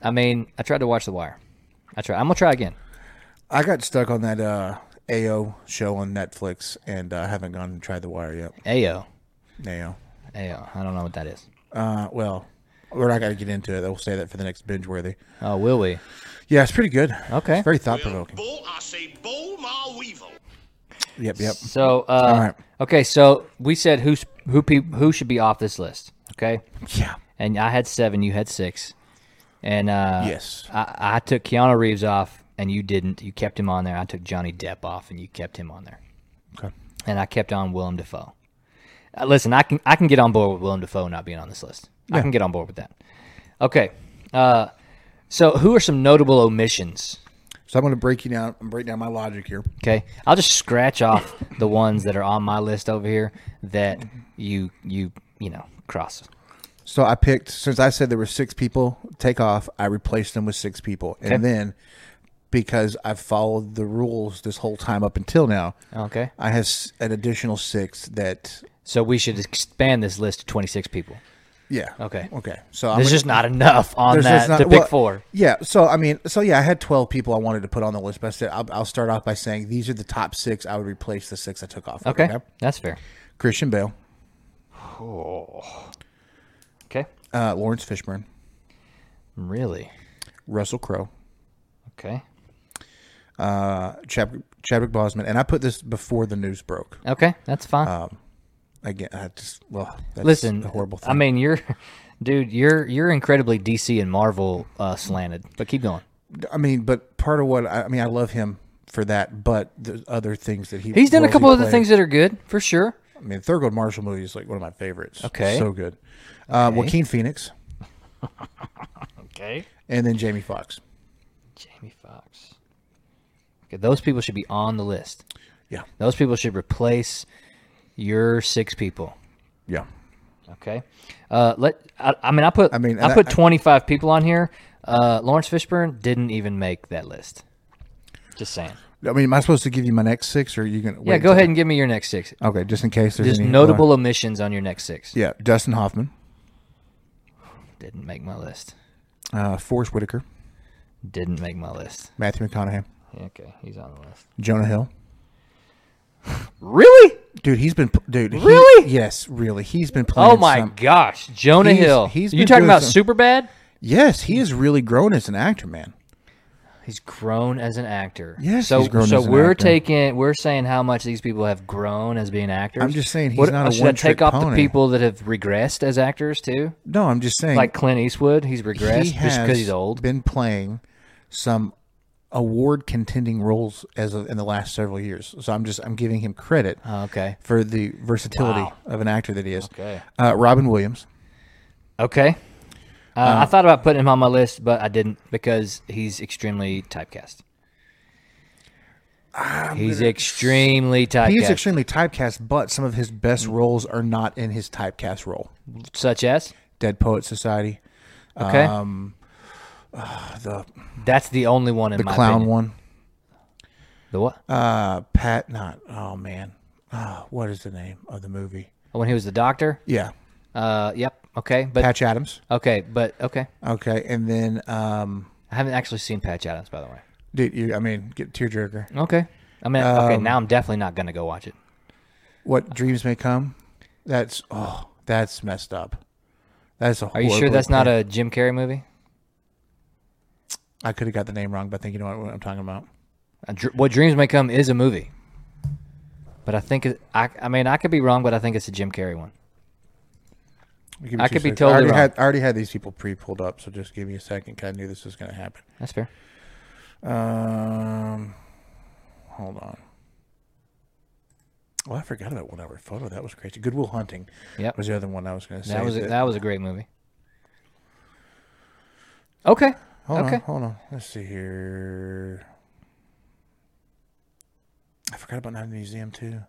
I mean, I tried to watch The Wire. I try. I'm gonna try again.
I got stuck on that uh, AO show on Netflix, and uh, I haven't gone and tried The Wire yet.
Ayo,
AO.
ayo. I don't know what that is.
Uh, well, we're not going to get into it. We'll say that for the next binge worthy.
Oh, will we?
Yeah, it's pretty good.
Okay.
It's very thought provoking.
Bull, I say bull my weevil.
Yep, yep.
So, uh,
All right.
okay. So we said who's who pe- who should be off this list. Okay.
Yeah.
and I had seven, you had six, and uh,
Yes.
I, I took Keanu Reeves off, and you didn't. You kept him on there. I took Johnny Depp off, and you kept him on there,
Okay.
and I kept on Willem Dafoe. Uh, listen, I can I can get on board with Willem Dafoe not being on this list. I can get on board with that. Okay, uh, so who are some notable omissions?
So I'm going to break you down. I'm breaking down my logic here.
Okay, I'll just scratch off the ones that are on my list over here that you you you know cross.
So I picked since I said there were six people take off, I replaced them with six people,
Okay.
and then because I've followed the rules this whole time up until now,
Okay,
I have s- an additional six that
so we should expand this list to twenty six people.
yeah
Okay.
okay. So I'm
There's
gonna-
just not enough on
there's
that
just not-
to pick
well,
four.
Yeah. So I mean, so yeah, I had twelve people I wanted to put on the list, but I said I'll, I'll start off by saying these are the top six. I would replace the six I took off. with,
Okay, that's fair.
Christian Bale,
Okay,
uh, Lawrence Fishburne,
really?
Russell Crowe.
Okay,
Uh, Chadwick, Chadwick Boseman, and I put this before the news broke.
okay, that's fine.
Again, I just well, that's
Listen,
a horrible thing.
I mean, you're, dude, you're you're incredibly DC and Marvel uh, slanted. But keep going.
I mean, but part of what I, I mean, I love him for that, but there's other things that he
He's done a
roles he
couple other
played.
things that are good for sure.
I mean, Thurgood Marshall movie is like one of my favorites.
Okay.
so good. Uh, Joaquin Phoenix,
Okay,
and then Jamie Foxx.
Jamie Fox. Okay, those people should be on the list.
Yeah,
Those people should replace your six people.
yeah.
Okay. Uh, let I, I mean I put I
mean,
mean I
and
put
I-
twenty five people on here. Uh, Lawrence Fishburne didn't even make that list. Just saying.
I mean, am I supposed to give you my next six, or are you gonna?
Yeah, go ahead and give me your next six.
Okay, just in case there's
Just
any uh,
notable omissions on your next six.
yeah, Dustin Hoffman,
Didn't make my list.
uh, Forrest Whitaker,
Didn't make my list.
Matthew McConaughey,
Okay, he's on the list.
Jonah Hill.
Really?
Dude, he's been dude. he-
Really?
yes, really. He's been playing.
Oh my
some-
gosh, Jonah
He's-
Hill.
he's
you
been
talking
doing
about
some-
Superbad?
Yes, he has really grown as an actor, man.
He's grown as an actor.
Yes,
so
he's grown
so
as an
we're
actor.
taking we're saying how much these people have grown as being actors.
I'm just saying he's not a
should I take
one-trick
off the
pony.
people that have regressed as actors too.
No, I'm just saying.
like Clint Eastwood. He's regressed
he
just
has
because he's old.
been playing some award contending roles as of, in the last several years. So I'm just I'm giving him credit
Oh, okay.
for the versatility
Wow.
of an actor that he is.
Okay.
Uh, Robin Williams.
Okay. Uh,
Um,
I thought about putting him on my list, but I didn't because he's extremely typecast. he's extremely typecast, Mm.
He is extremely typecast, but some of his best roles are not in his typecast role.
such as
Dead Poet Society,
okay.
Um, the
That's the only one in
the
my
clown
opinion.
one,
The what?
uh, Pat. Not oh man, oh, what is the name of the movie?
when he was the doctor.
Yeah,
Uh, yep. Okay, but
Patch Adams.
okay, but okay.
Okay, and then um,
I haven't actually seen Patch Adams, by the way.
dude, you I mean, get tearjerker.
Okay. I mean,
Um,
okay. Now I'm definitely not gonna go watch it.
What dreams may come? That's oh, that's messed up. That's a.
Are you sure that's not a Jim Carrey movie?
I could have got the name wrong, but I think you know what I'm talking about.
A dr- What dreams may come is a movie, but I think it, I, I mean I could be wrong, but I think it's a Jim Carrey one.
Give me
I
two
could be
seconds.
totally
I already,
wrong.
Had, I already had these people pre pulled up, so just give me a second. 'cause I knew this was going to happen.
That's fair.
Um, hold on. Well, I forgot about one hour photo. That was crazy. Goodwill Hunting.
Yep.
was the other one I was going to say.
That was a,
that-
that was a great movie. Okay.
hold
okay.
on, hold on. Let's see here. I forgot about Night at the Museum too.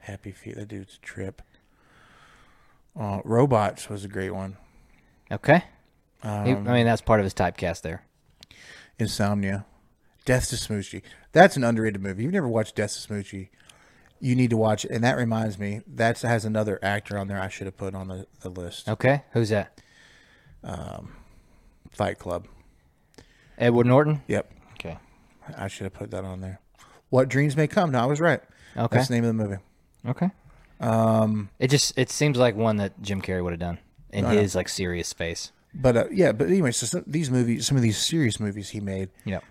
Happy Feet. That dude's a trip. Uh, Robots was a great one.
Okay. He- I mean, that's part of his typecast there.
Insomnia. Death to Smoochie. That's an underrated movie. You've never watched Death to Smoochie. You need to watch it. And that reminds me, that has another actor on there I should have put on the, the list.
Okay. Who's that?
Fight Club.
Edward Norton.
Yep.
Okay.
I should have put that on there. What Dreams May Come. No, I was right.
Okay.
That's the name of the movie.
Okay. Um, it just it seems like one that Jim Carrey would have done in his like serious space.
But uh, yeah, but anyway, so some, these movies, some of these serious movies he made,
Yep.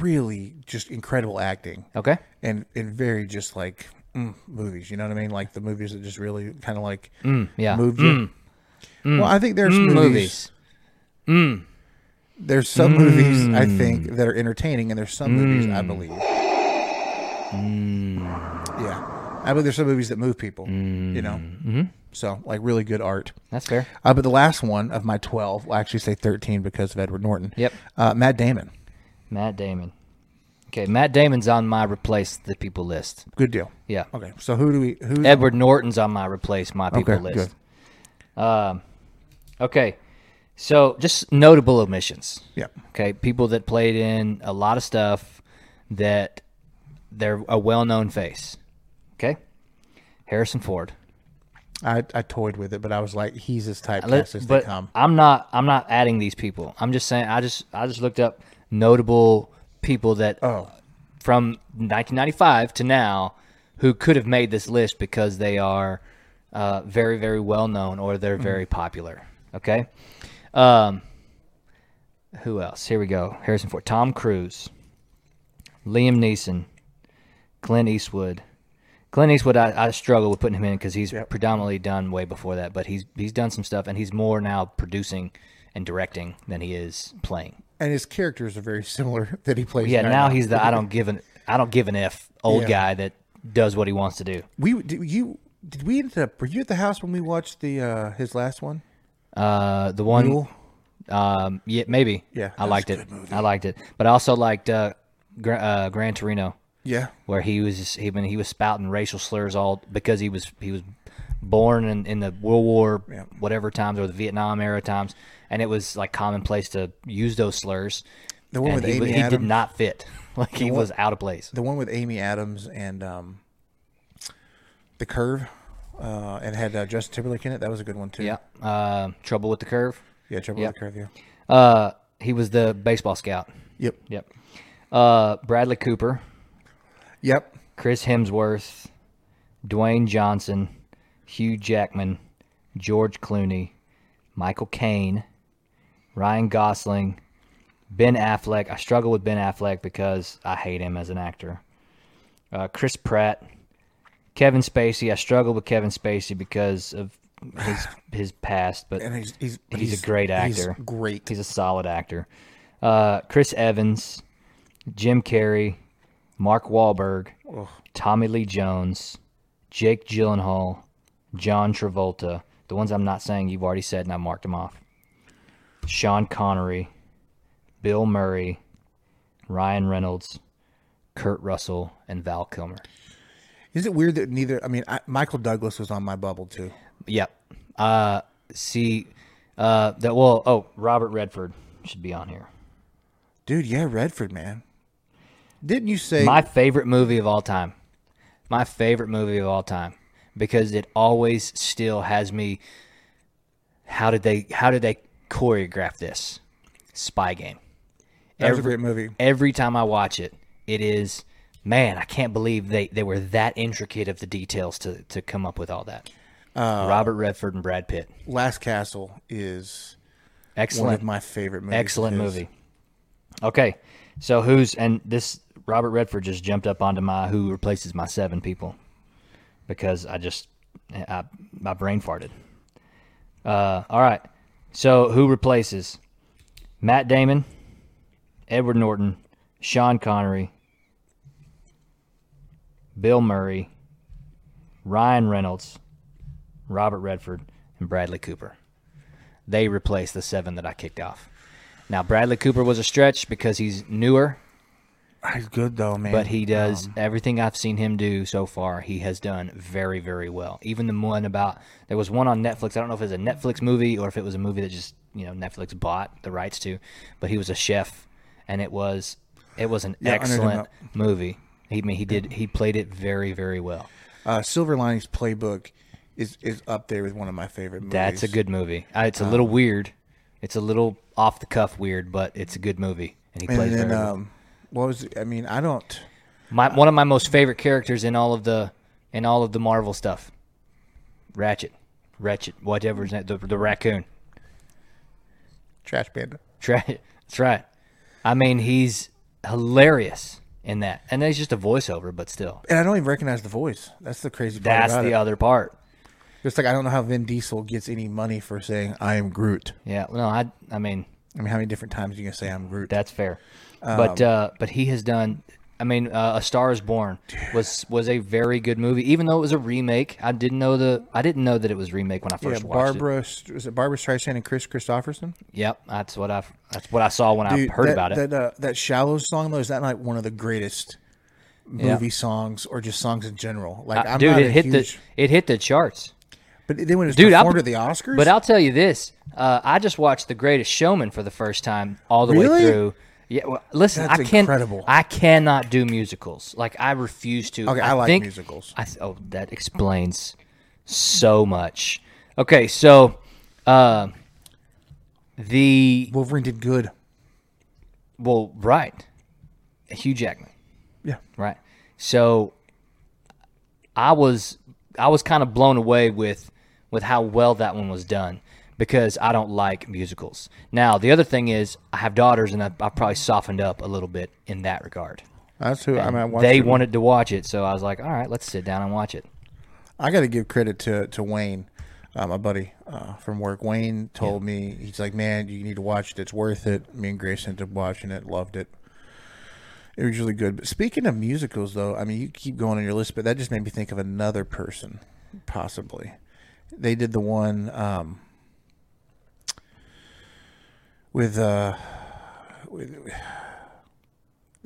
really just incredible acting.
Okay.
And, and very just like mm, movies. You know what I mean? Like the movies that just really kind of like
Mm. Yeah.
moved you. Well, I think there's
Mm,
movies
movies.
There's some movies I
Hmm.
think that are entertaining, and there's some movies I believe.
Hmm.
Yeah, I believe there's some movies that move people. You know,
Mm-hmm.
so like really good art.
That's fair.
Uh, but the last one of my twelve, will actually say thirteen because of Edward Norton.
Yep.
Uh, Matt Damon,
Matt Damon. Okay, Matt Damon's on my replace the people list.
good deal.
Yeah.
Okay, so who do we? Who?
Edward Norton's on my replace my people
Okay,
list. Um, okay. So just notable omissions.
Yeah.
Okay. People that played in a lot of stuff that they're a well known face. Okay. Harrison Ford.
I, I toyed with it, but I was like, he's as typecast
Let-
as they
but
come.
I'm not I'm not adding these people. I'm just saying I just I just looked up notable people that
Oh.
from 1995 to now who could have made this list because they are uh, very very well known or
Mm-hmm.
they're very popular. Okay, um, who else? Here we go. Harrison Ford, Tom Cruise, Liam Neeson, Clint Eastwood. Clint Eastwood, I, I struggle with putting him in because he's predominantly done way before that, but he's he's done some stuff, and he's more now producing and directing than he is playing.
And his characters are very similar that he plays.
Yeah,
in Iron
now
Man.
he's the I don't give an I don't give an f old
Yeah.
guy that does what he wants to do.
We did you did we end up? Were you at the house when we watched the uh his last one?
Uh, the one,
Mule?
um, yeah, maybe.
Yeah,
I
that's
liked
a
it.
good movie.
I liked it, but I also liked uh, Gra- uh, Gran Torino,
Yeah.
where he was he, when he was spouting racial slurs all because he was he was born in, in the World War
Yeah.
whatever times or the Vietnam era times, and it was like commonplace to use those slurs.
The one
and
with
he, wa-
Amy
he did
Adams?
not fit. Like he was out of place.
The one with Amy Adams and um, the Curve, uh, and had uh, Justin Timberlake in it. That was a good one too.
Yeah. Uh, Trouble with the Curve.
yeah, Trouble
Yeah.
with the Curve. Yeah.
Uh, he was the baseball scout.
Yep.
Yep. Uh, Bradley Cooper.
Yep.
Chris Hemsworth, Dwayne Johnson, Hugh Jackman, George Clooney, Michael Caine, Ryan Gosling, Ben Affleck. I struggle with Ben Affleck because I hate him as an actor. Uh, Chris Pratt, Kevin Spacey. I struggle with Kevin Spacey because of his his past, but
And he's he's, but
He's a great
he's
actor.
great.
He's a solid actor. Uh, Chris Evans, Jim Carrey, Mark Wahlberg, Tommy Lee Jones, Jake Gyllenhaal, John Travolta. The ones I'm not saying you've already said, and I marked them off. Sean Connery, Bill Murray, Ryan Reynolds, Kurt Russell, and Val Kilmer.
Is it weird that neither? I mean, I, Michael Douglas was on my bubble too.
Yep. Uh, see, uh, that well. Oh, Robert Redford should be on here.
Dude, yeah, Redford, man. Didn't you say?
My favorite movie of all time. My favorite movie of all time because it always still has me how did they how did they choreograph this? Spy Game.
that was a great movie.
Every time I watch it, it is man, I can't believe they they were that intricate of the details to to come up with all that. Robert Redford and Brad Pitt.
Last Castle is one
Excellent
of my favorite movies. of
Excellent
his.
movie. Okay, so who's and this Robert Redford just jumped up onto my who replaces my seven people because I just I, my brain farted. Uh, all right, so who replaces Matt Damon, Edward Norton, Sean Connery, Bill Murray, Ryan Reynolds, Robert Redford, and Bradley Cooper. They replaced the seven that I kicked off. Now Bradley Cooper was a stretch because he's newer,
He's good though, man.
but he does everything I've seen him do so far. He has done very, very well. Even the one about there was one on Netflix. I don't know if it was a Netflix movie or if it was a movie that just you know Netflix bought the rights to, but he was a chef, and it was it was an
I know him
excellent movie. He I mean he did he played it very, very well.
uh, Silver Linings Playbook is is up there with one of my favorite movies.
That's a good movie. Uh, It's a little weird. It's a little off the cuff weird, but it's a good movie, and he plays
And then
very well.
um, what was it? I mean, I don't.
My, one of my most favorite characters in all of the in all of the Marvel stuff. Ratchet, Ratchet, whatever his name, the, the raccoon.
Trash Panda.
Tra- That's right. I mean, he's hilarious in that, and that's just a voiceover, but still,
And I don't even recognize the voice. That's the crazy part
that's
about
the
it.
other part.
It's like I don't know how Vin Diesel gets any money for saying I am Groot.
Yeah. No, I I mean
I mean, how many different times are you gonna say I'm Groot?
That's fair. but
Um,
uh, but he has done. I mean, uh, A Star Is Born was was a very good movie, even though it was a remake. I didn't know the I didn't know that it was remake when I
yeah,
first watched it.
Barbara. St- Was it Barbara Streisand and Chris Christopherson?
Yep, that's what I that's what I saw when I heard
that,
about it.
That, uh, that shallow song though is that like one of the greatest movie songs or just songs in general? Like
I-
I'm
Uh, dude,
not
it
a
hit
huge,
the it hit the charts.
but then when it was
Dude, I-
performed at the Oscars,
But I'll tell you this: uh, I just watched The Greatest Showman for the first time all the
Really?
way through. Yeah, well, listen,
That's
I can't.
incredible.
I cannot do musicals. Like I refuse to.
Okay, I like
think-
musicals.
I th- oh, that explains so much. Okay, so uh, the
Wolverine did good.
well, right, Hugh Jackman.
Yeah,
Right. So I was I was kind of blown away with with how well that one was done because I don't like musicals. Now the other thing is I have daughters and I, I probably softened up a little bit in that regard.
that's who I mean. I watched
They
it.
wanted to watch it, so I was like, all right, let's sit down and watch it.
I got to give credit to to Wayne, uh, my buddy uh, from work. Wayne told me he's like, man, you need to watch it. It's worth it. Me and Grace ended up watching it. Loved it. It was really good. But speaking of musicals, though, I mean, you keep going on your list, but that just made me think of another person, possibly. They did the one um, with uh, they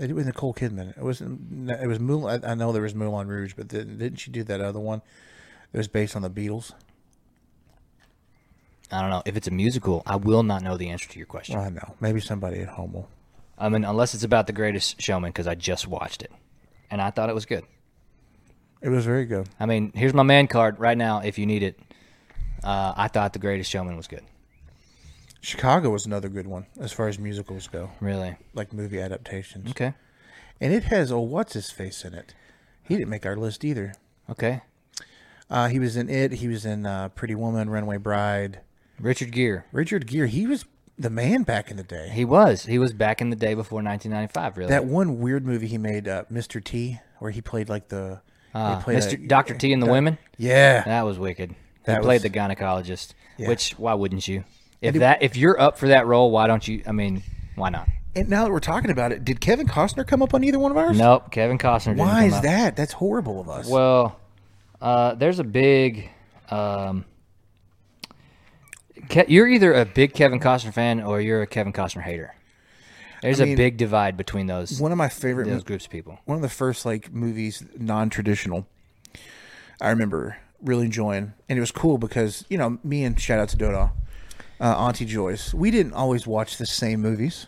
did with Nicole Kidman. It wasn't. It was Moulin. I I know there was Moulin Rouge, but didn't, didn't she do that other one? It was based on the Beatles.
I don't know if it's a musical. I will not know the answer to your question.
I know. Maybe somebody at home will.
I mean, unless it's about the Greatest Showman, because I just watched it, and I thought it was good.
It was very good.
I mean, here's my man card right now if you need it. Uh, I thought the Greatest Showman was good.
Chicago was another good one as far as musicals go,
Really?
like movie adaptations.
Okay.
And it has a what's his face in it. He didn't make our list either.
Okay.
Uh, he was in it. He was in uh, Pretty Woman, Runaway Bride.
Richard Gere.
Richard Gere. He was the man back in the day.
He was. He was back in the day before 1995, really.
That one weird movie he made, uh, Mr. T, where he played like the. he
Uh,
played
Mr.
a-
Dr. T and the Women.
Yeah.
That was wicked. He
That
played
was-
the gynecologist,
Yeah.
which why wouldn't you? If that if you're up for that role, why don't you? I mean, why not?
And now that we're talking about it, did Kevin Costner come up on either one of ours?
Nope, Kevin Costner. Didn't
Why
come
is
up.
that? That's horrible of us.
Well, uh, there's a big. Um, Ke- you're either a big Kevin Costner fan or you're a Kevin Costner hater. There's a
mean,
big divide between those
one of my favorite,
those groups of people.
one of the first like movies, non-traditional. I remember really enjoying, and it was cool because you know me and shout out to Dota, uh, Auntie Joyce. We didn't always watch the same movies.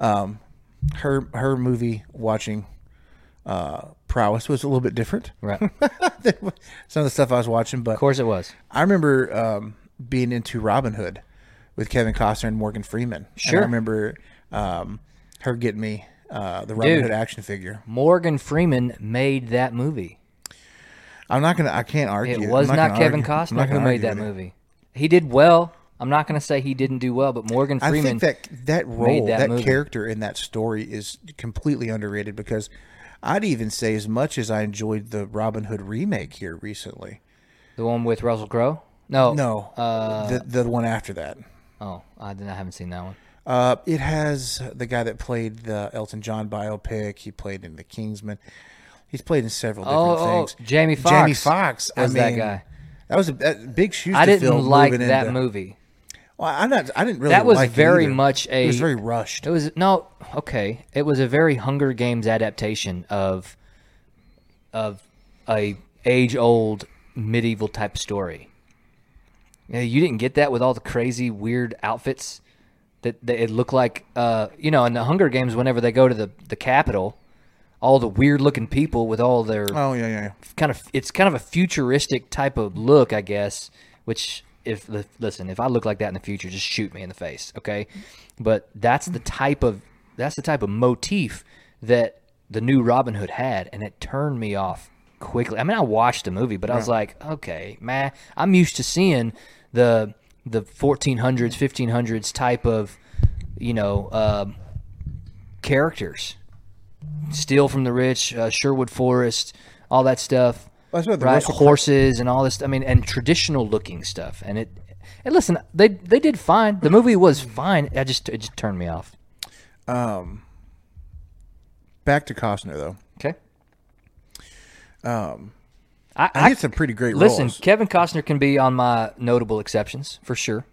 Um, her her movie watching uh, prowess was a little bit different
Right. Of
than some of the stuff I was watching, but
course it was.
I remember um, being into Robin Hood with Kevin Costner and Morgan Freeman.
Sure.
And I remember um, her getting me uh, the Robin
Dude.
Hood action figure.
Morgan Freeman made that movie.
I'm not gonna. I can't argue.
It
I'm
was not,
gonna
Kevin
argue- I'm
Costner
not
who
gonna
made
argue
that
with it.
movie. He did well. I'm not going to say he didn't do well, but Morgan
I
Freeman.
think that that role,
that
that,
movie.
character in that story is completely underrated because I'd even say as much as I enjoyed the Robin Hood remake here recently.
the one with Russell Crowe. No,
No,
Uh,
the the one after that.
oh, I, didn't, I haven't seen that one.
Uh, it has the guy that played the Elton John biopic. He played in The Kingsman. He's played in several
Oh,
different
oh,
things.
Jamie
Jamie
Foxx
Foxx. I
was that
mean,
guy.
That was a that, big shoes.
I
to
didn't
fill
like
moving
that
into-
movie.
Well, I'm not. I didn't really.
That was
like it
very
either.
much a.
It was very rushed.
It was no okay. It was a very Hunger Games adaptation of of a age old medieval type story. You, know, you didn't get that with all the crazy weird outfits that, that it looked like. Uh, you know, in the Hunger Games, whenever they go to the the capital, all the weird looking people with all their
Oh yeah, yeah. yeah.
kind of it's kind of a futuristic type of look, I guess. Which if li- listen, if I look like that in the future, just shoot me in the face, okay? But that's the type of that's the type of motif that the new Robin Hood had, and it turned me off quickly. I mean, I watched the movie, but I was like, okay, man, I'm used to seeing the the 1400s, 1500s type of you know um, characters steal from the rich, uh, Sherwood Forest, all that stuff.
That's what the
right?
Russell Crowe-
horses and all this. I mean, and traditional looking stuff. And it, and listen, they they did fine. The movie was fine. I just it just turned me off.
Back to Costner though.
Okay. Um, I,
He
I
had some pretty great
listen.
roles.
Kevin Costner can be on my notable exceptions for sure.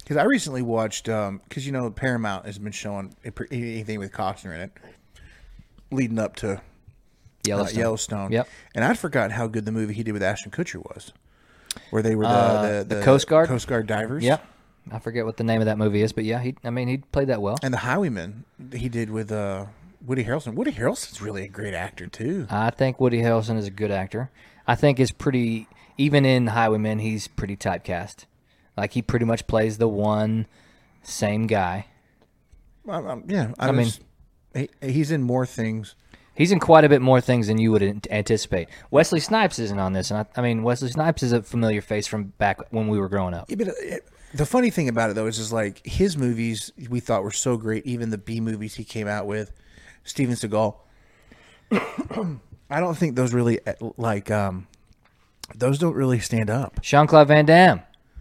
Because I recently watched, because you know Paramount has been showing a pr- anything with Costner in it, leading up to uh,
Yellowstone.
Yellowstone.
Yep.
And I'd forgotten how good the movie he did with Ashton Kutcher was, where they were the, the,
Uh, the Coast Guard?
Coast Guard divers.
Yep. I forget what the name of that movie is, but yeah, he. I mean, he played that well.
And the Highwaymen he did with uh, Woody Harrelson. Woody Harrelson's really a great actor too.
I think Woody Harrelson is a good actor. I think is pretty even in Highwaymen, he's pretty typecast. Like he pretty much plays the one same guy.
Um, um, yeah, I,
mean-
mean, he, he's in more things.
He's in quite a bit more things than you would an- anticipate. Wesley Snipes isn't on this, and I, I mean Wesley Snipes is a familiar face from back when we were growing up.
Yeah, but uh, the funny thing about it though is, is like his movies we thought were so great, even the B movies he came out with, Steven Seagal. I don't think those really uh, like um, those don't really stand up.
Sean Claude Van Damme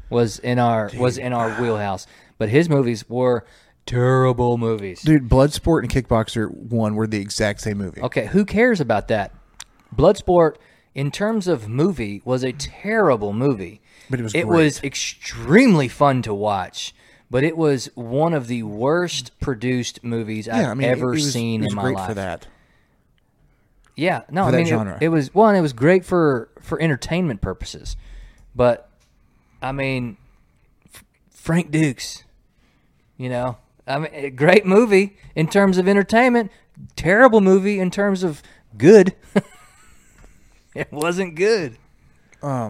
was in our was in our wheelhouse, but his movies were terrible movies.
Dude, Bloodsport and Kickboxer One were the exact same movie.
Okay, who cares about that? Bloodsport, in terms of movie, was a terrible movie.
But it was
It
great.
was extremely fun to watch, but it was one of the worst produced movies I've
Yeah, I mean, it-
ever
it was-
seen
it was
in my
great
life.
for that.
Yeah, no, I
that
mean it-
genre.
It, was one. It was great for for entertainment purposes, but I mean, F- Frank Dukes, you know, I mean, a great movie in terms of entertainment, terrible movie in terms of good. it wasn't good. Um,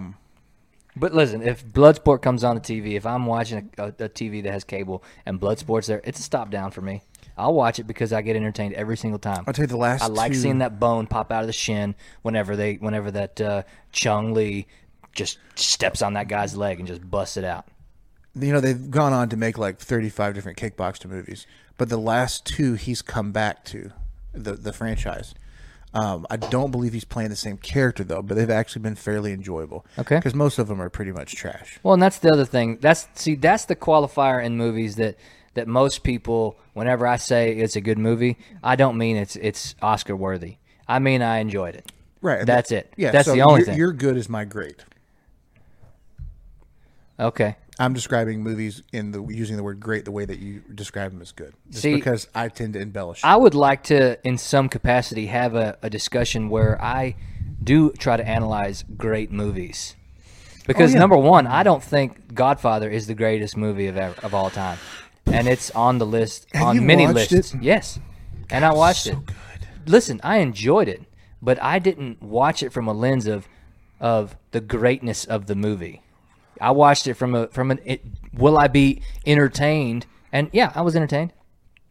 but listen, if Bloodsport comes on the TV, if I'm watching a, a, a TV that has cable and Bloodsport's there, it's a stop down for me. I'll watch it because I get entertained every single time.
I'll tell you the last
I like
two-
seeing that bone pop out of the shin whenever they whenever that uh, Chung Lee just steps on that guy's leg and just busts it out.
You know, they've gone on to make like thirty-five different kickboxer movies, but the last two he's come back to the the franchise. Um, I don't believe he's playing the same character though, but they've actually been fairly enjoyable.
Okay.
because most of them are pretty much trash.
Well, and that's the other thing. That's see, that's the qualifier in movies that that most people, whenever I say it's a good movie, I don't mean it's it's Oscar worthy. I mean I enjoyed it.
Right. and
That's
that-
it. That's the only
your-
thing.
Your good is my great.
Okay.
I'm describing movies in the using the word great the way that you describe them as good. Just
See-
because I tend to embellish.
I would like to, in some capacity, have a, a discussion where I do try to analyze great movies. Because
Oh,
number one, I don't think Godfather is the greatest movie of ever, of all time, and it's on the list on
you
many
watched
lists.
it?
Yes, and I watched
so
it.
good.
Listen, I enjoyed it, but I didn't watch it from a lens of of the greatness of the movie. I watched it from a from an it, will I be entertained? And yeah, I was entertained,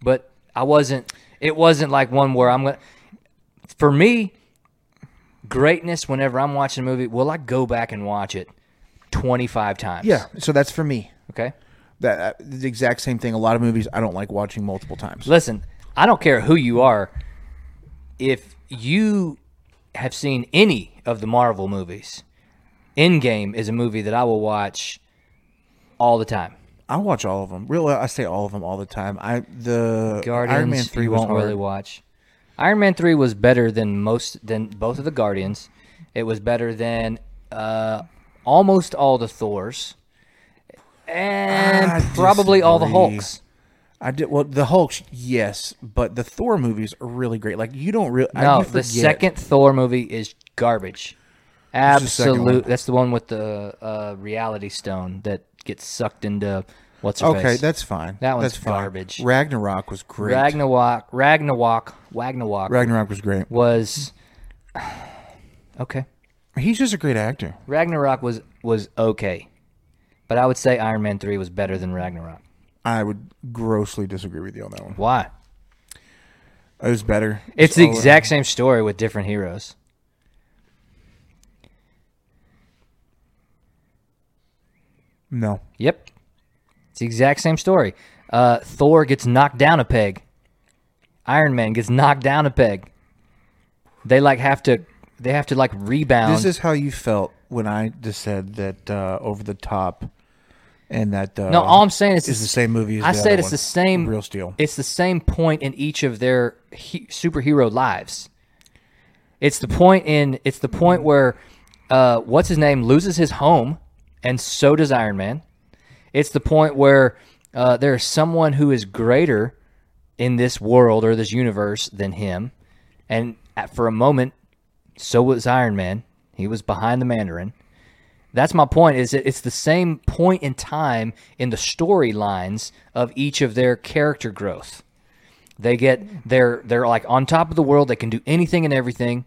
but I wasn't. It wasn't like one where I'm gonna. For me, greatness. Whenever I'm watching a movie, will I go back and watch it twenty five times?
Yeah. So that's for me.
Okay.
That uh, the exact same thing. A lot of movies I don't like watching multiple times.
Listen, I don't care who you are. If you have seen any of the Marvel movies, Endgame is a movie that I will watch all the time.
I watch all of them. Really, I say all of them all the time. I the Iron Man
Guardians,
three
you
was
won't
hard.
really watch. Iron Man three was better than most than both of the Guardians. It was better than uh, almost all the Thors, and
I
probably all the
disagree.
Hulks.
I did well. The Hulk, yes, but the Thor movies are really great. Like you don't really.
No, the second Thor movie is garbage.
the second one?
Absolute. That's the one with the uh, reality stone that gets sucked into what's her
Okay,
face.
that's fine.
That one's
that's fine.
garbage.
Ragnarok was great.
Ragnarok. Ragnarok. Ragnarok
Ragnarok was great.
was okay.
He's just a great actor.
Ragnarok was was okay, but I would say Iron Man three was better than Ragnarok.
I would grossly disagree with you on that one.
Why?
It was better.
It's the
all-
exact same story with different heroes.
No,
Yep, it's the exact same story. Uh, Thor gets knocked down a peg. Iron Man gets knocked down a peg. They like have to. They have to like rebound.
this is how you felt when I just said that uh, over the top, and that uh,
no. All I'm saying is
is the same movie. As
I
the
said
other
it's
one.
the same.
Real Steel.
It's the same point in each of their he, superhero lives. It's the point in. It's the point where, uh, what's his name loses his home, and so does Iron Man. It's the point where uh, there is someone who is greater in this world or this universe than him, and at, for a moment, so was Iron Man. He was behind the Mandarin. That's my point. Is that it's the same point in time in the storylines of each of their character growth. They get they're they're like on top of the world. They can do anything and everything.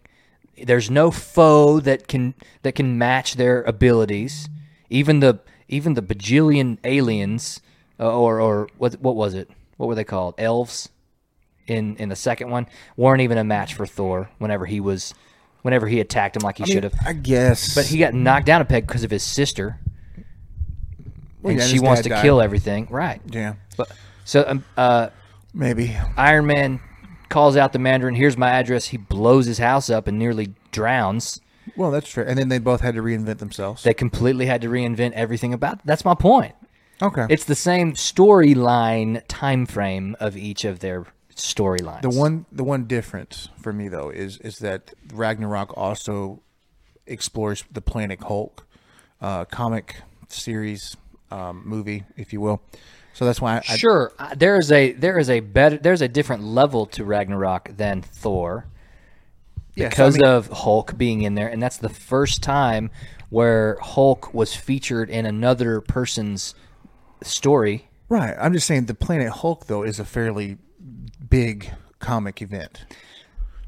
There's no foe that can that can match their abilities. Even the even the bajillion aliens uh, or or what what was it? What were they called? Elves in in the second one weren't even a match for Thor. Whenever he was whenever he attacked him like he should have.
I guess,
But he got knocked down a peg because of his sister,
Well,
and
yeah,
she
his
wants
dad
to
died.
kill everything, right?
Yeah,
But so um, uh,
maybe.
Iron Man calls out the Mandarin. Here's my address. He blows his house up and nearly drowns.
Well, that's true. And then they both had to reinvent themselves.
They completely had to reinvent everything about. That's my point.
okay,
It's the same storyline time frame of each of their storylines.
The one the one difference for me though is is that Ragnarok also explores the Planet Hulk uh, comic series um, movie, if you will. So that's why I,
Sure, I, there is a there is a better there's a different level to Ragnarok than Thor
Yes, I
because
mean-
of Hulk being in there, and that's the first time where Hulk was featured in another person's story.
right. I'm just saying the Planet Hulk though is a fairly big comic event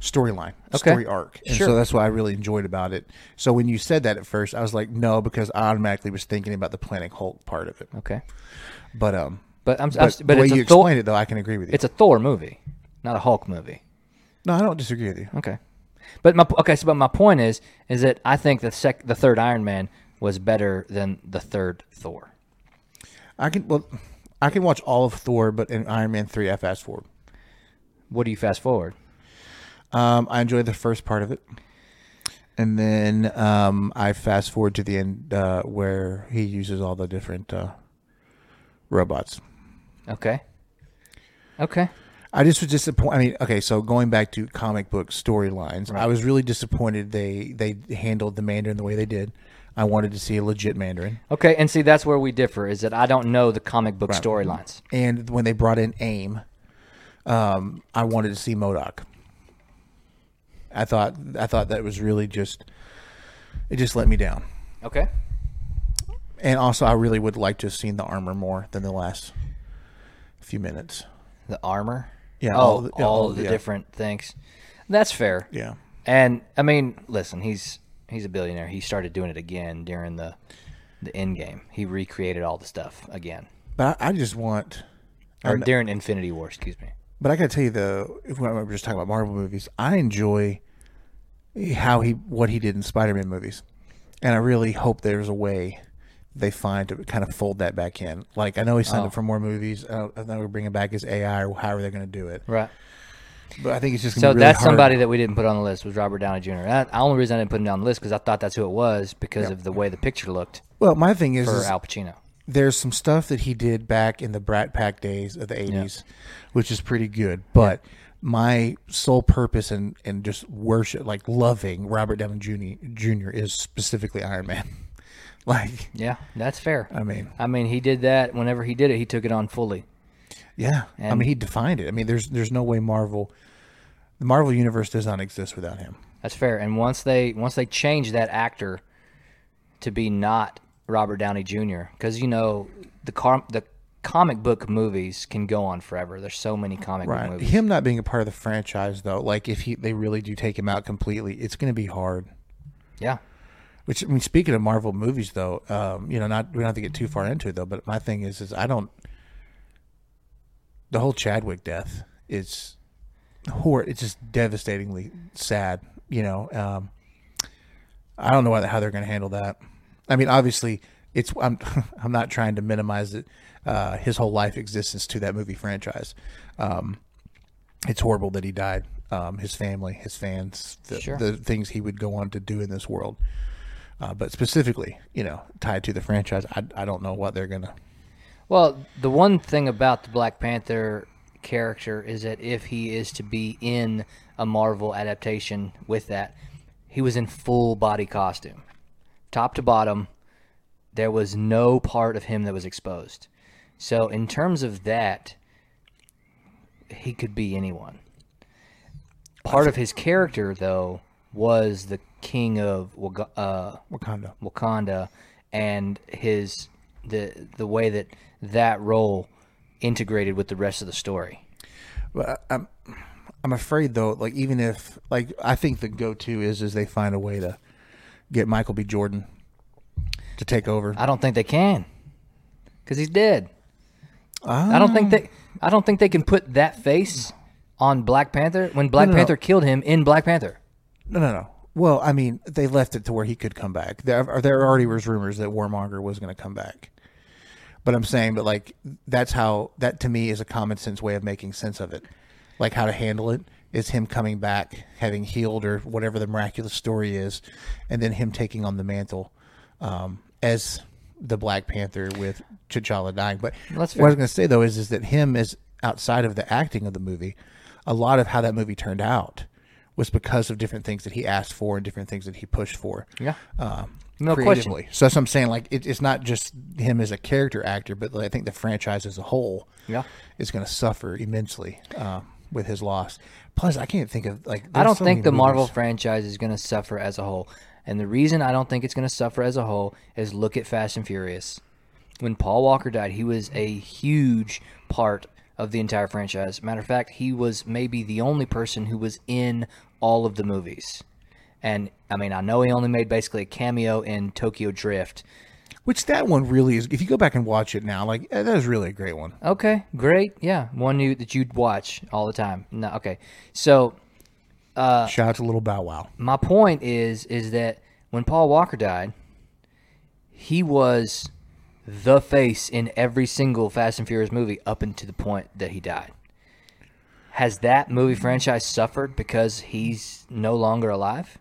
storyline,
Okay.
story arc, and so
Sure.
that's what I really enjoyed about it. So when you said that at first, I was like, no, because I automatically was thinking about the Planet Hulk part of it.
Okay,
But um,
but I'm,
but,
I'm
the
but
way
it's
you
a Thor
explained it though, I can agree with you.
it's a Thor movie, not a Hulk movie.
no, I don't disagree with you.
Okay, but my okay. So, but my point is, is that I think the sec the third Iron Man was better than the third Thor.
I can well, I can watch all of Thor, but in Iron Man three, I fast forward.
What do you fast forward?
Um, I enjoy the first part of it, and then um, I fast forward to the end uh, where he uses all the different uh, robots.
Okay. Okay.
I just was disappointed. I mean, okay, so going back to comic book storylines, I was really disappointed they they handled the Mandarin the way they did. I wanted to see a legit Mandarin,
Okay, and see that's where we differ is that I don't know the comic book storylines.
and when they brought in AIM, um, I wanted to see Modoc. I thought I thought that was really just it just let me down.
Okay.
And also I really would like to have seen the armor more than the last few minutes.
The armor.
Yeah,
Oh,
all
all,
the- yeah, all
of
the-
the
yeah.
different things. That's fair.
Yeah.
And I mean, listen, he's he's a billionaire. He started doing it again during the the end game. He recreated all the stuff again.
But I, I just want
Or during Infinity War, excuse me.
but I gotta tell you though, if we're we're just talking about Marvel movies, I enjoy how he what he did in Spider Man movies. And I really hope there's a way they find to kind of fold that back in. Like I know he
Oh.
signed up for more movies. I don't I don't know we're bringing back his AI or however they're going to do it.
Right.
But I think it's just gonna
So
be really
that's
hard.
somebody that we didn't put on the list was Robert Downey Jr. That, the only reason I didn't put him down the list because I thought that's who it was because of the way the picture looked
Well, my thing is,
for
is
Al Pacino.
there's some stuff that he did back in the Brat Pack days of the 80s, which is pretty good. But my sole purpose and and just worship like loving Robert Downey Jr. Jr. is specifically Iron Man. like
Yeah, that's fair.
I mean,
I mean, he did that. Whenever he did it, he took it on fully.
yeah. I mean, he defined it. I mean, there's there's no way Marvel, the Marvel universe does not exist without him.
That's fair. And once they once they change that actor to be not Robert Downey Jr. because you know the car the comic book movies can go on forever. There's so many comic book
Right.
movies.
Him not being a part of the franchise though, like if he they really do take him out completely, it's going to be hard.
Yeah,
Which I mean, speaking of Marvel movies, though, um, you know, not we don't have to get too far into it, though. But my thing is, is I don't. The whole Chadwick death is, hor- it's just devastatingly sad. You know, um, I don't know why, how they're going to handle that. I mean, obviously, it's I'm I'm not trying to minimize it, uh, his whole life existence to that movie franchise. Um, it's horrible that he died. Um, his family, his fans, the,
Sure.
the things he would go on to do in this world, uh, but specifically, you know, tied to the franchise. I, I don't know what they're gonna.
Well, the one thing about the Black Panther character is that if he is to be in a Marvel adaptation with that, he was in full body costume. Top to bottom, there was no part of him that was exposed. So, in terms of that, he could be anyone. Part of his character, though, was the king of Waga- uh,
Wakanda.
Wakanda and his the the way that that role integrated with the rest of the story.
I'm afraid though, like even if like I think the go-to is is they find a way to get Michael B. Jordan to take over.
I don't think they can cuz he's dead. I don't think they I don't think they can put that face on Black Panther when Black
no, no.
Panther killed him in Black Panther.
No, no, no. Well, I mean, they left it to where he could come back. There, there already was rumors that Warmonger was going to come back, but I'm saying, but like that's how that to me is a common sense way of making sense of it, like how to handle it is him coming back, having healed or whatever the miraculous story is, and then him taking on the mantle um, as the Black Panther with T'Challa dying. But
That's
what I
fair.
was going to say though is is that him is outside of the acting of the movie, a lot of how that movie turned out was because of different things that he asked for and different things that he pushed for.
Yeah.
Um,
No question.
creatively. So that's what I'm saying. Like it, it's not just him as a character actor, but like, I think the franchise as a whole
Yeah.
is going to suffer immensely um, with his loss. Plus, I can't think of like
I
there's
don't
so
think
many
the
movies.
Marvel franchise is going to suffer as a whole. And the reason I don't think it's going to suffer as a whole is look at Fast and Furious. When Paul Walker died, he was a huge part of the entire franchise. Matter of fact, he was maybe the only person who was in all of the movies. And I mean, I know he only made basically a cameo in Tokyo Drift.
which that one really is. If you go back and watch it now, like eh, that is really a great one.
Okay, great. Yeah, one you that you'd watch all the time. No, okay. So Uh,
Shout out to Little Bow Wow.
my point is is that when Paul Walker died, he was the face in every single Fast and Furious movie up until the point that he died. Has that movie franchise suffered because he's no longer alive?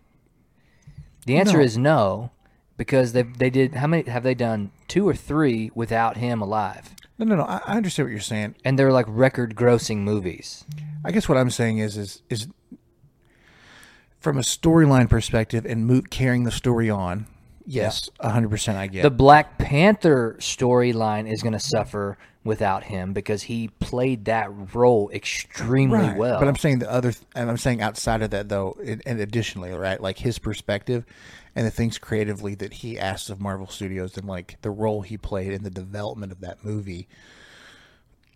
The answer is no, because they they did how many have they done two or three without him alive,
No, no, no. I, I understand what you're saying.
and they're like record grossing movies.
I guess what I'm saying is is is from a storyline perspective and mo- carrying the story on. Yes, 100%. I get.
the Black Panther storyline is going to suffer without him because he played that role extremely
Right.
well.
But I'm saying the other, th- and I'm saying outside of that though, and, and additionally, right, like his perspective and the things creatively that he asks of Marvel Studios, and like the role he played in the development of that movie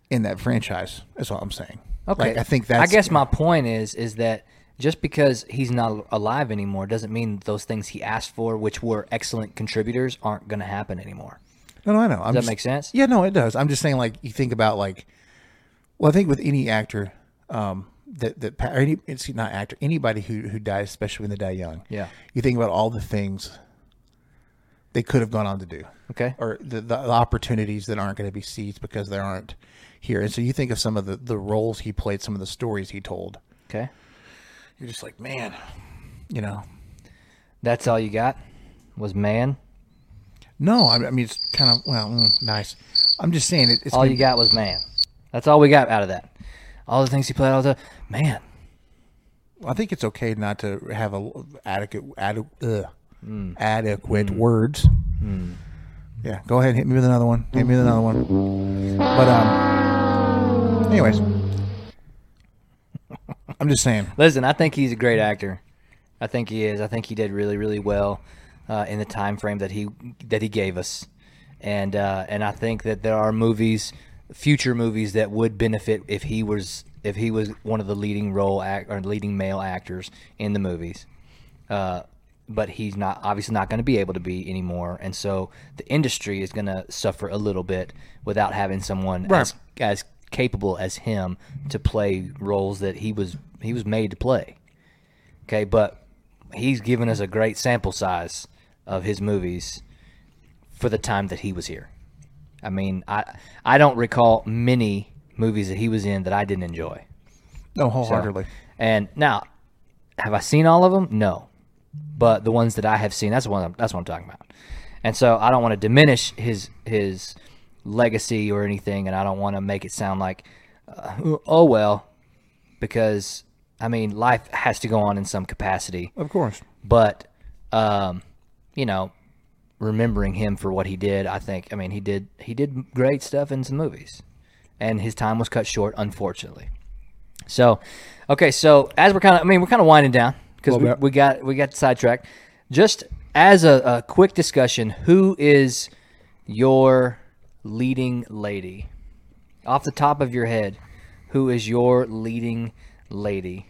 in that franchise. That's all I'm saying.
okay.
Like, I think that's.
I guess my point is is that just because he's not alive anymore doesn't mean those things he asked for, which were excellent contributors, aren't going to happen anymore.
No, no, I know. I'm
that
just-
make sense?
Yeah, no, it does. I'm just saying, like, you think about, like, well, I think with any actor, um, that that pa- or any it's not actor, anybody who who dies, especially when they die young,
Yeah.
you think about all the things they could have gone on to do,
Okay.
or the the, the opportunities that aren't going to be seized because they aren't here, and so you think of some of the the roles he played, some of the stories he told.
Okay.
You're just like, man, you know.
That's all you got was man.
No, I, I mean it's kind of well, mm, nice. I'm just saying it, it's
All
gonna
you got was man. That's all we got out of that. all the things he played all the man.
I think it's okay not to have a adequate ade- ugh, Hmm. adequate words. Hmm. Yeah, go ahead, hit me with another one. Hit me with another one. But um, anyways, I'm just saying.
Listen, I think he's a great actor. I think he is. I think he did really, really well uh, in the time frame that he that he gave us, and uh, and I think that there are movies, future movies that would benefit if he was if he was one of the leading role act or leading male actors in the movies. Uh, but he's not obviously not going to be able to be anymore, and so the industry is going to suffer a little bit without having someone
Right.
as as capable as him to play roles that he was he was made to play. Okay, but he's given us a great sample size of his movies for the time that he was here. I mean, I I don't recall many movies that he was in that I didn't enjoy.
No,
So-
wholeheartedly.
And now, have I seen all of them? No, but the ones that I have seen, that's the one. I'm, that's what I'm talking about. And so I don't want to diminish his his legacy or anything, and I don't want to make it sound like, uh, oh well, because I mean life has to go on in some capacity
Of course.
but um, you know, remembering him for what he did, I think. I mean, he did he did great stuff in some movies, and his time was cut short, unfortunately. So, okay, so as we're kind of, I mean, we're kind of winding down because we,
bit.
we got we got sidetracked. Just as a, a quick discussion, who is your leading lady? Off the top of your head, who is your leading lady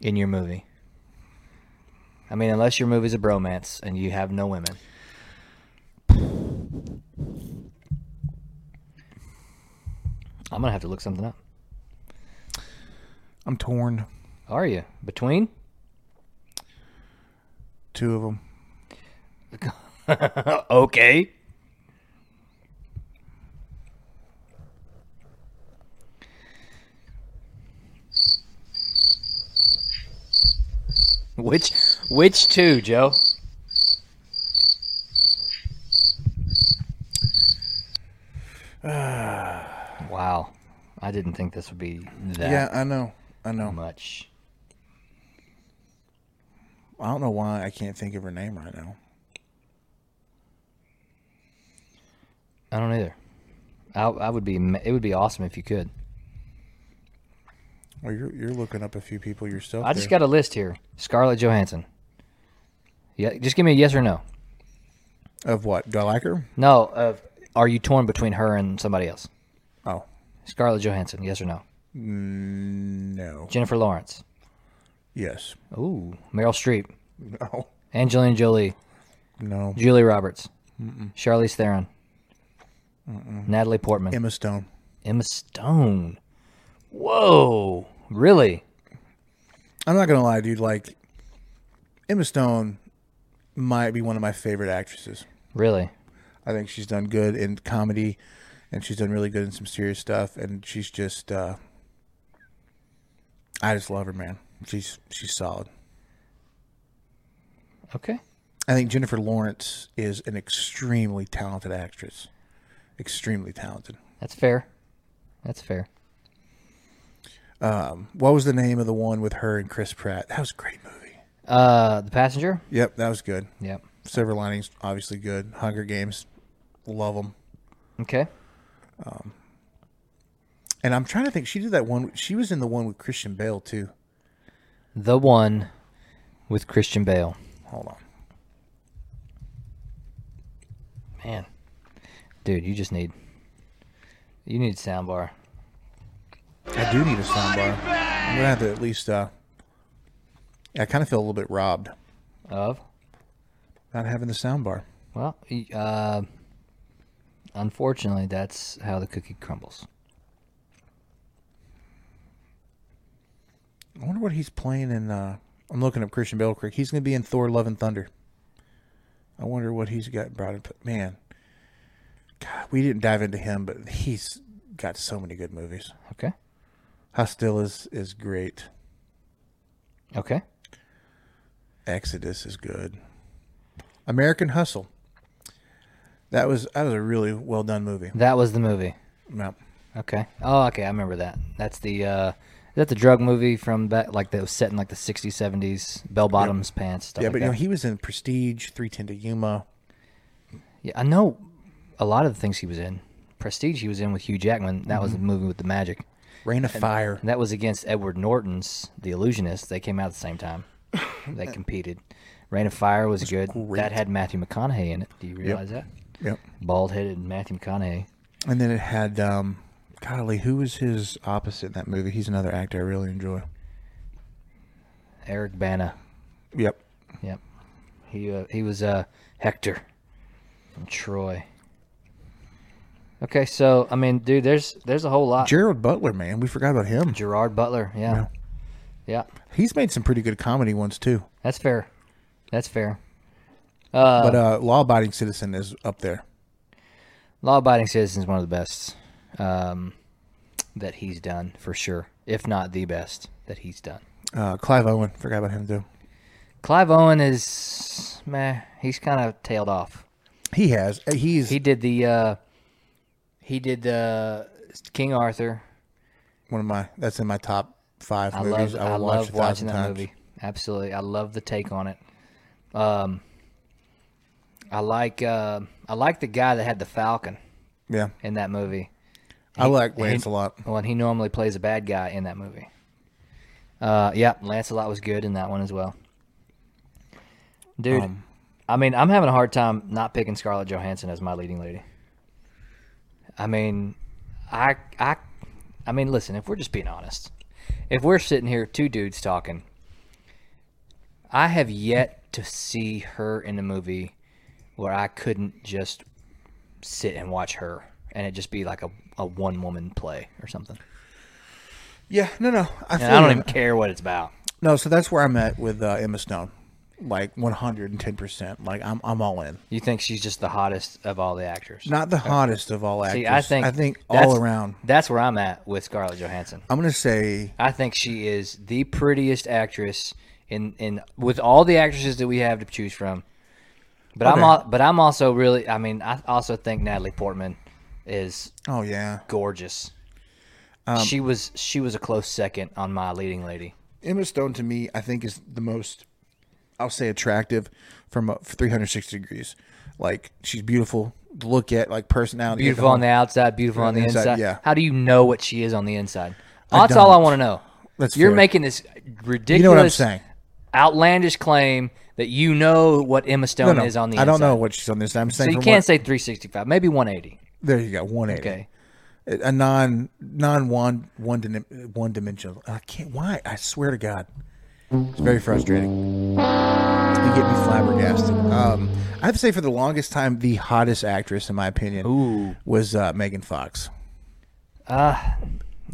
in your movie? I mean, unless your movie's a bromance and you have no women. I'm gonna have to look something up.
I'm torn.
Are you between?
Two of them.
Okay. Which which two, Joe? wow. I didn't think this would be that
Yeah, I know. I know.
much.
I don't know why I can't think of her name right now.
I don't either. I, I would be ma- it would be awesome if you could.
Well, you're you're looking up a few people yourself.
I just
there.
got a list here. Scarlett Johansson. Yeah, just give me a yes or no.
of what? Do I like her?
No, uh, are you torn between her and somebody else?
Oh
Scarlett Johansson, yes or no?
no.
Jennifer Lawrence.
Yes.
Ooh, Meryl Streep,
No.
Angelina Jolie,
No.
Julie Roberts, Charlize Theron, Natalie Portman,
Emma Stone.
Emma Stone. Whoa, really?
I'm not gonna lie, dude. Like Emma Stone might be one of my favorite actresses.
Really?
I think she's done good in comedy, and she's done really good in some serious stuff. And she's just, uh, I just love her, man. She's she's solid.
Okay.
I think Jennifer Lawrence is an extremely talented actress. Extremely talented.
That's fair. That's fair.
What was the name of the one with her and Chris Pratt? That was a great movie.
Uh, the passenger?
Yep, that was good.
Yep.
Silver Linings, obviously good. Hunger Games, love them.
Okay.
And I'm trying to think. She did that one. She was in the one with Christian Bale too.
The one with Christian Bale.
Hold on.
Man, dude, you just need you need a soundbar.
I do need a soundbar. I'm gonna have to at least. uh I kind of feel a little bit robbed
Of
not having the soundbar.
well, y- uh, unfortunately, that's how the cookie crumbles.
I wonder what he's playing in. uh I'm looking up Christian Bale. Creek. He's gonna be in Thor: Love and Thunder. I wonder what he's got brought up. Man, God, we didn't dive into him, but he's got so many good movies.
Okay.
Hostile is is great.
Okay.
Exodus is good. American Hustle. That was that was a really well done movie.
That was the movie.
Yeah.
Okay. Oh, okay. I remember that. That's the uh, is that the drug movie from back like that was set in like the 60s, 70s, bell bottoms pants. Stuff
Yeah,
like
but you
that.
know he was in Prestige, Three Ten to Yuma.
yeah, I know a lot of the things he was in. Prestige, he was in with Hugh Jackman. That was the
Mm-hmm.
movie with the magic.
Rain of Fire.
And that was against Edward Norton's The Illusionist. They came out at the same time. They competed. Rain of Fire was, good. That had Matthew McConaughey in it. Do you realize that?
Yep.
Bald headed Matthew McConaughey.
And then it had, um, golly, who was his opposite in that movie? He's another actor I really enjoy.
Eric Bana.
Yep.
Yep. He uh, he was uh, Hector from Troy. Okay, so I mean, dude, there's there's a whole lot.
Gerald Butler, man, we forgot about him.
Gerard Butler, yeah. yeah,
He's made some pretty good comedy ones too.
that's fair. That's fair.
but uh, Law Abiding Citizen is up there.
Law Abiding Citizen is one of the best um, that he's done for sure, if not the best that he's done.
Uh, Clive Owen, forgot about him too.
Clive Owen is meh. He's kind of tailed off.
He has. uh, He's
He did the uh, he did the King Arthur.
one of my. That's in my top five
I
movies.
love
I
I,
will watch
love watching
a thousand
that
times.
movie. Absolutely, I love the take on it. Um, I like uh, I like the guy that had the Falcon
Yeah,
in that movie.
I like Lancelot.
Well, and he normally plays a bad guy in that movie. Uh, yeah, Lancelot was good in that one as well. Dude, I mean, I'm having a hard time not picking Scarlett Johansson as my leading lady. I mean, I, I, I mean, listen, if we're just being honest, if we're sitting here, two dudes talking, I have yet to see her in a movie where I couldn't just sit and watch her and it just be like a, a one woman play or something.
Yeah, no, no. I, feel
And I don't
you.
even care what it's about.
No, so that's where I'm at with uh, Emma Stone. Like 110%. Like I'm I'm all in.
You think she's just the hottest of all the actors?
Not the hottest of all actors.
See, I think
I think all
that's-
around.
That's where I'm at with Scarlett Johansson.
I'm going to say
I think she is the prettiest actress in in with all the actresses that we have to choose from. But I'm
Okay.
all, but I'm also really I mean I also think Natalie Portman is
Oh yeah.
gorgeous.
Um,
she was she was a close second on my leading lady.
Emma Stone to me I think is the most I'll say attractive from uh, 360 degrees. Like she's beautiful to look at, like personality.
Beautiful on the outside, beautiful on the inside.
yeah.
How do you know what she is on the inside? That's all I
don't.
want to know.
That's
You're
fair.
making this ridiculous,
You know what I'm saying?
outlandish claim that you know what Emma
No,
Stone
no.
is on the
I
inside.
don't know what she's on this. I'm
So
saying
you
from
can't
what-
say 365, maybe 180.
There you go. 180.
Okay.
A non non one one dim- one dimensional. I can't why? I swear to god. It's very frustrating. You get me flabbergasted. Um, I have to say, for the longest time, the hottest actress, in my opinion, was uh, Megan Fox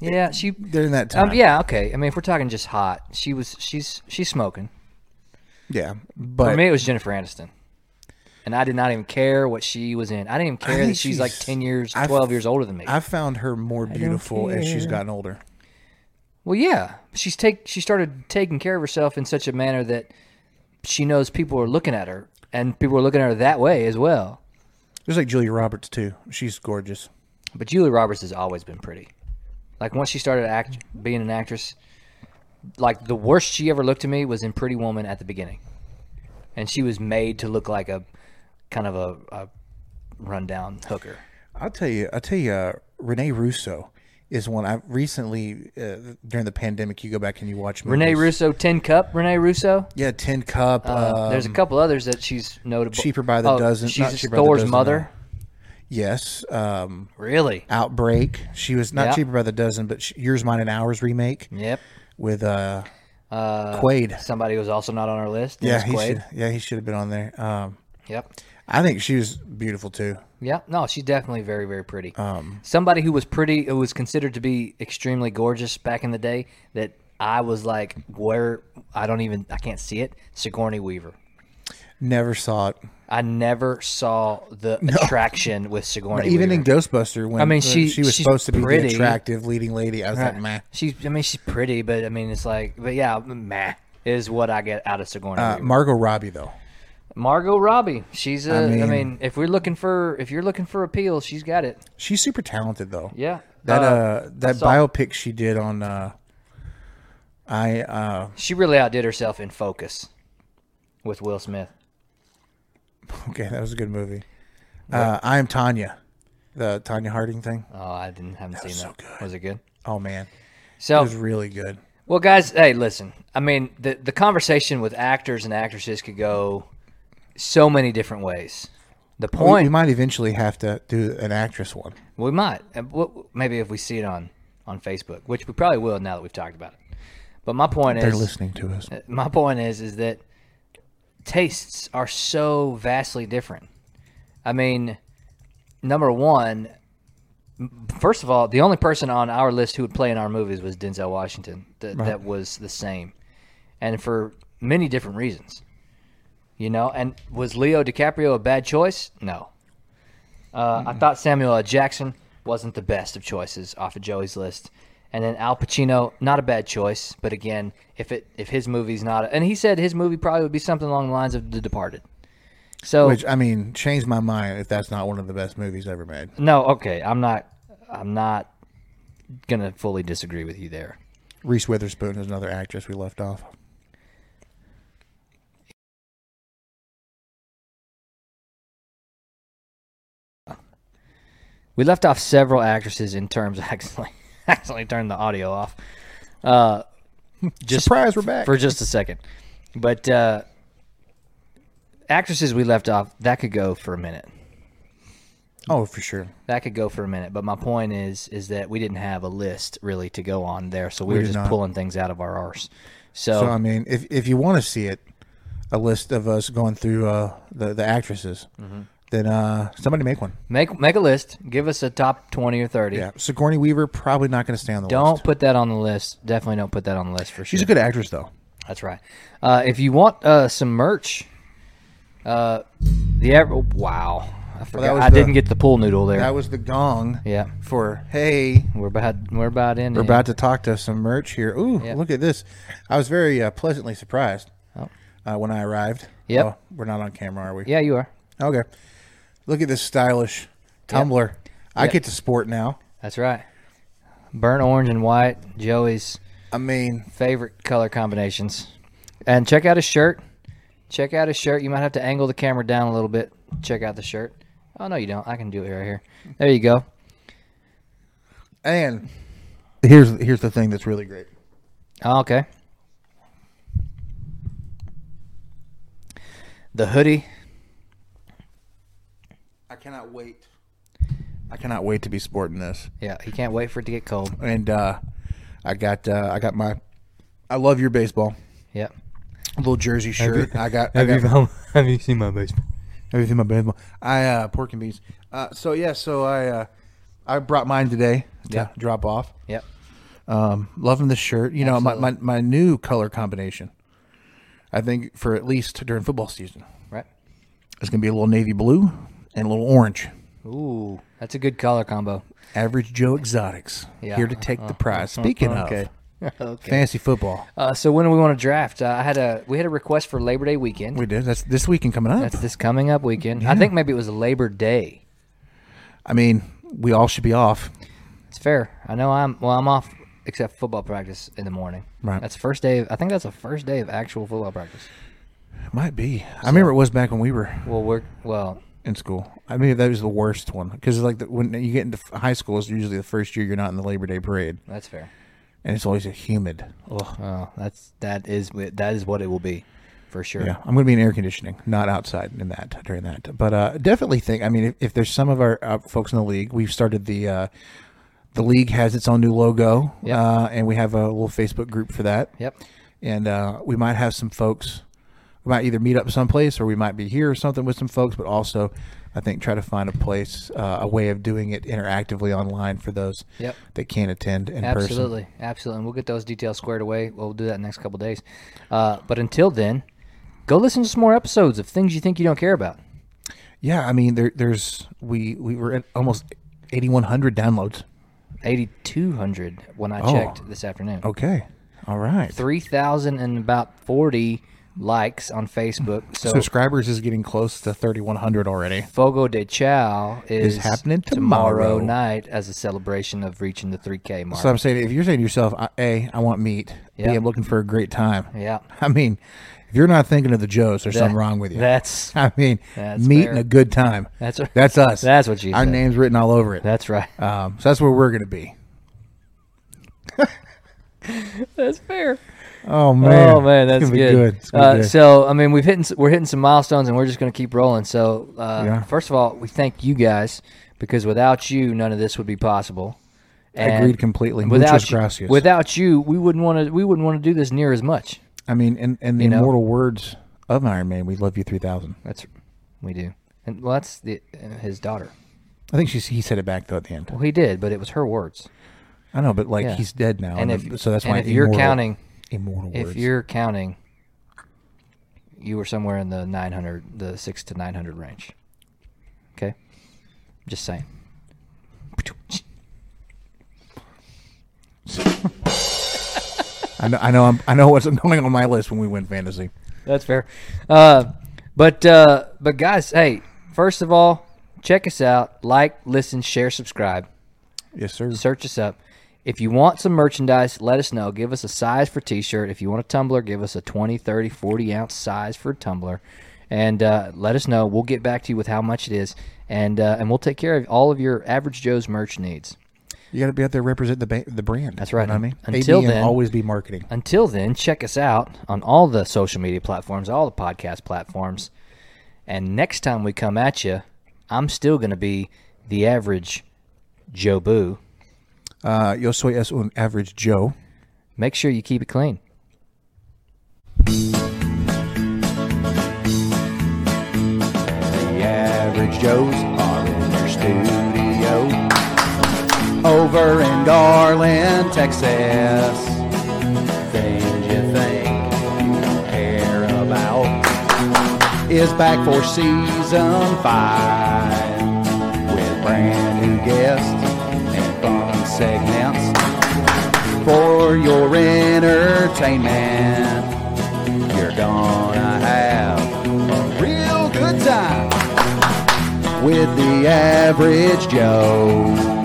Yeah, she.
during that time.
Um, yeah, okay. I mean, if we're talking just hot, she was. She's she's smoking.
yeah. But
For me, it was Jennifer Aniston, and I did not even care what she was in. I didn't even care that
think
she's like
she's-
10 years,
I've-
12 years older than me.
I found her more beautiful as she's gotten older.
Well, yeah, she's take she started taking care of herself in such a manner that she knows people are looking at her, and people are looking at her that way as well.
Just like Julia Roberts too. She's gorgeous.
But Julia Roberts has always been pretty. Like once she started act being an actress, like the worst she ever looked to me was in Pretty Woman at the beginning, and she was made to look like a kind of a, a rundown hooker.
I'll tell you. I'll tell you. Uh, Renee Russo is one I recently uh, during the pandemic. You go back and you watch movies.
Renee Russo, Tin Cup, Renee Russo.
Yeah, Tin Cup. Uh,
Uh, there's a couple others that she's notable. Oh,
Cheaper by the Dozen- not
She's
Cheaper by the
Thor's
Dozen,
mother.
yes. Um,
Really?
Outbreak. She was not
Yeah.
cheaper by the dozen, but she, yours, mine, and ours remake
Yep.
with uh, Quaid.
Somebody was also not on our list.
Yeah,
Dennis
he
Quaid.
should. Yeah, he should have been on there. Um,
Yep.
I think she was beautiful too.
Yep. No, she's definitely very, very pretty.
Um,
Somebody who was pretty, who was considered to be extremely gorgeous back in the day, that I was like, where? I don't even, I can't see it. Sigourney Weaver.
Never saw it.
I never saw the attraction with Sigourney
Even in
Weaver.
Ghostbuster, when I
mean, she-
she was
she's
supposed to be
pretty.
the attractive leading lady, I was like, meh.
She's, I mean, she's pretty, but I mean, it's like, but yeah, meh is what I get out of Sigourney
Uh,
Weaver.
Margot Robbie though.
Margot Robbie. She's a. I mean,
mean-
if we're looking for, if you're looking for appeal, she's got it.
She's super talented though.
Yeah.
That uh, that
so-
biopic she did on uh I uh
She really outdid herself in Focus with Will Smith.
okay, that was a good movie. Uh I am Tanya. The Tanya Harding thing.
Oh, I didn't haven't seen that. Was it good?
Oh man. It
So
was really good.
Well, guys, hey, listen. I mean, the the conversation with actors and actresses could go so many different ways. The
We,
point
we might eventually have to do an actress one.
we might, And w- maybe if we see it on on Facebook, which we probably will now that we've talked about it. But my point
They're
is,
listening to us.
my point is, is that tastes are so vastly different. I mean, number one, m- first of all, the only person on our list who would play in our movies was Denzel Washington. That that was the same, and for many different reasons. You know, and was Leo DiCaprio a bad choice? No. Uh, I thought Samuel L. Jackson wasn't the best of choices off of Joey's list, and then Al Pacino, not a bad choice, but again, if it if his movie's not, and he said his movie probably would be something along the lines of The Departed. So
Which I mean, changed my mind if that's not one of the best movies ever made.
No, okay. I'm not. I'm not gonna fully disagree with you there.
Reese Witherspoon is another actress we left off.
We left off several actresses in terms. I accidentally, accidentally turned the audio off. Uh, just
Surprise, we're back.
for just a second, but uh, actresses we left off that could go for a minute.
oh, for sure.
That could go for a minute. But my point is, is that we didn't have a list really to go on there, so we, were
did
just
not.
pulling things out of our arse. Oh.
So I mean, if if you want to see it, a list of us going through uh, the the actresses,
Mm-hmm.
then uh, somebody make one.
Make make a list. Give us a top twenty or thirty.
Yeah, Sigourney Weaver probably not going to stay on the
Don't
list.
put that on the list. Definitely don't put that on the list for sure.
She's a good actress though.
That's right. Uh, if you want uh, some merch, uh, the aver- oh, wow, I forgot.
was
I
the-
didn't get the pool noodle there.
That was the gong.
yeah,
For hey,
we're about we're about in.
we're about to talk to some merch here. Ooh, look at this! I was very uh, pleasantly surprised uh, when I arrived.
Yep.
Oh, we're not on camera, are we?
Yeah, you are.
Okay. Look at this stylish tumbler. I get to sport now.
That's right. Burnt orange and white, Joey's
I mean,
favorite color combinations. And check out his shirt. Check out his shirt. You might have to angle the camera down a little bit. Check out the shirt. Oh no, you don't. I can do it right here. There you go.
and here's here's the thing that's really great.
Oh, okay. The hoodie.
I cannot wait. I cannot wait to be sporting this.
Yeah, he can't wait for it to get cold.
And uh, I got uh, I got my I love your baseball
Yep.
little jersey shirt. I got I
Have
got
you, found, have you seen my baseball?
everything my baseball. I uh, pork and beans. Uh, so yeah, so I uh, I brought mine today to
Yeah.
drop off.
Yep.
Loving this shirt. You know my, my my new color combination. I think for at least during football season.
Right.
It's gonna be a little navy blue and a little orange.
Ooh, that's a good color combo.
Average Joe Exotics
Yeah. Uh,
here to take the prize. Speaking
okay.
of
Okay.
fantasy football,
Uh, so when do we want to draft? Uh, I had a we had a request for Labor Day weekend.
we did that's this weekend coming up.
that's this coming up weekend. I think maybe it was Labor Day.
I mean, we all should be off.
It's fair. I know I'm well. I'm off except football practice in the morning.
Right.
That's first day. Of, I think that's the first day of actual football practice.
It might be. I remember it was back when we were
Well, we're well.
in school. I mean, that was the worst one because like the, when you get into f- high school, it's usually the first year you're not in the Labor Day parade,
That's fair.
and it's always a humid.
Oh, that's that is that is what it will be, for sure.
Yeah, I'm going to be in air conditioning, not outside in that during that. But uh, definitely think. I mean, if, if there's some of our uh, folks in the league, we've started the uh, the league has its own new logo,
Yep.
uh, and we have a little Facebook group for that.
Yep.
And uh, we might have some folks. We might either meet up someplace, or we might be here or something with some folks. But also, I think try to find a place, uh, a way of doing it interactively online for those
Yep.
that can't attend in person.
Absolutely, absolutely. And we'll get those details squared away. We'll do that in the next couple of days. Uh, but until then, go listen to some more episodes of things you think you don't care about.
Yeah, I mean, there, there's we we were at almost 8,100 downloads.
Eighty-two hundred when I
Oh.
checked this afternoon.
Okay. All right.
Three thousand and about forty likes on Facebook. So
Subscribers is getting close to 3,100 already.
Fogo de Chao is,
happening tomorrow.
night as a celebration of reaching the 3K mark.
So I'm saying, if you're saying to yourself, I- A, I want meat.
Yeah.
B, I'm looking for a great time.
Yeah.
I mean, if you're not thinking of the Joes, there's something
That-
wrong with you.
That's
I mean,
That's
meat
fair.
and a good time.
That's-
that's us.
that's what you
Our
said.
name's written all over it.
that's right.
um, so that's where we're gonna be.
That's fair.
Oh man.
Oh man, that's
it's gonna
good.
Be good. It's gonna be
Uh,
good.
so I mean, we've hitting s- we're hitting some milestones, and we're just going to keep rolling. So uh,
Yeah.
first of all, we thank you guys because without you, none of this would be possible. And
Agreed completely.
Without
Muchas
you,
gracias.
without you, we wouldn't want to we wouldn't want to do this near as much.
I mean, and, and the
you know.
immortal words of Iron Man, "We love you 3,000."
That's we do, and well, that's the uh, his daughter.
I think she he said it back though at the end.
Well, he did, but it was her words.
I know, but like
Yeah.
he's dead now,
And
Oh, the-
if-
so that's
and
why
if you're
immortal-
counting-
immortal
If
words.
you're counting, you were somewhere in the 900, the six to 900 range. Okay, just saying.
I know, I know, I'm, I know what's going on my list when we win fantasy.
That's fair. Uh, but uh, but guys, hey, first of all, check us out. Like, listen, share, subscribe.
Yes, sir.
Search us up. If you want some merchandise, let us know. Give us a size for t-shirt. If you want a tumbler, give us a 20, 30, 40 ounce size for a tumbler. And uh, let us know. We'll get back to you with how much it is. And uh, and we'll take care of all of your average Joe's merch needs.
You got to be out there represent the ba- the brand.
That's right.
You know what I mean,
Until
ABM
then-
always be marketing.
Until then, check us out on all the social media platforms, all the podcast platforms. And next time we come at you, I'm still going to be the average Joe Boo.
Uh, yo soy es un average Joe.
Make sure you keep it clean.
The average Joes are in their studio over in Garland, Texas. Things you think you don't care about is back for season five with brand new guests and fun segments for your entertainment. You're gonna have a real good time with the average Joe.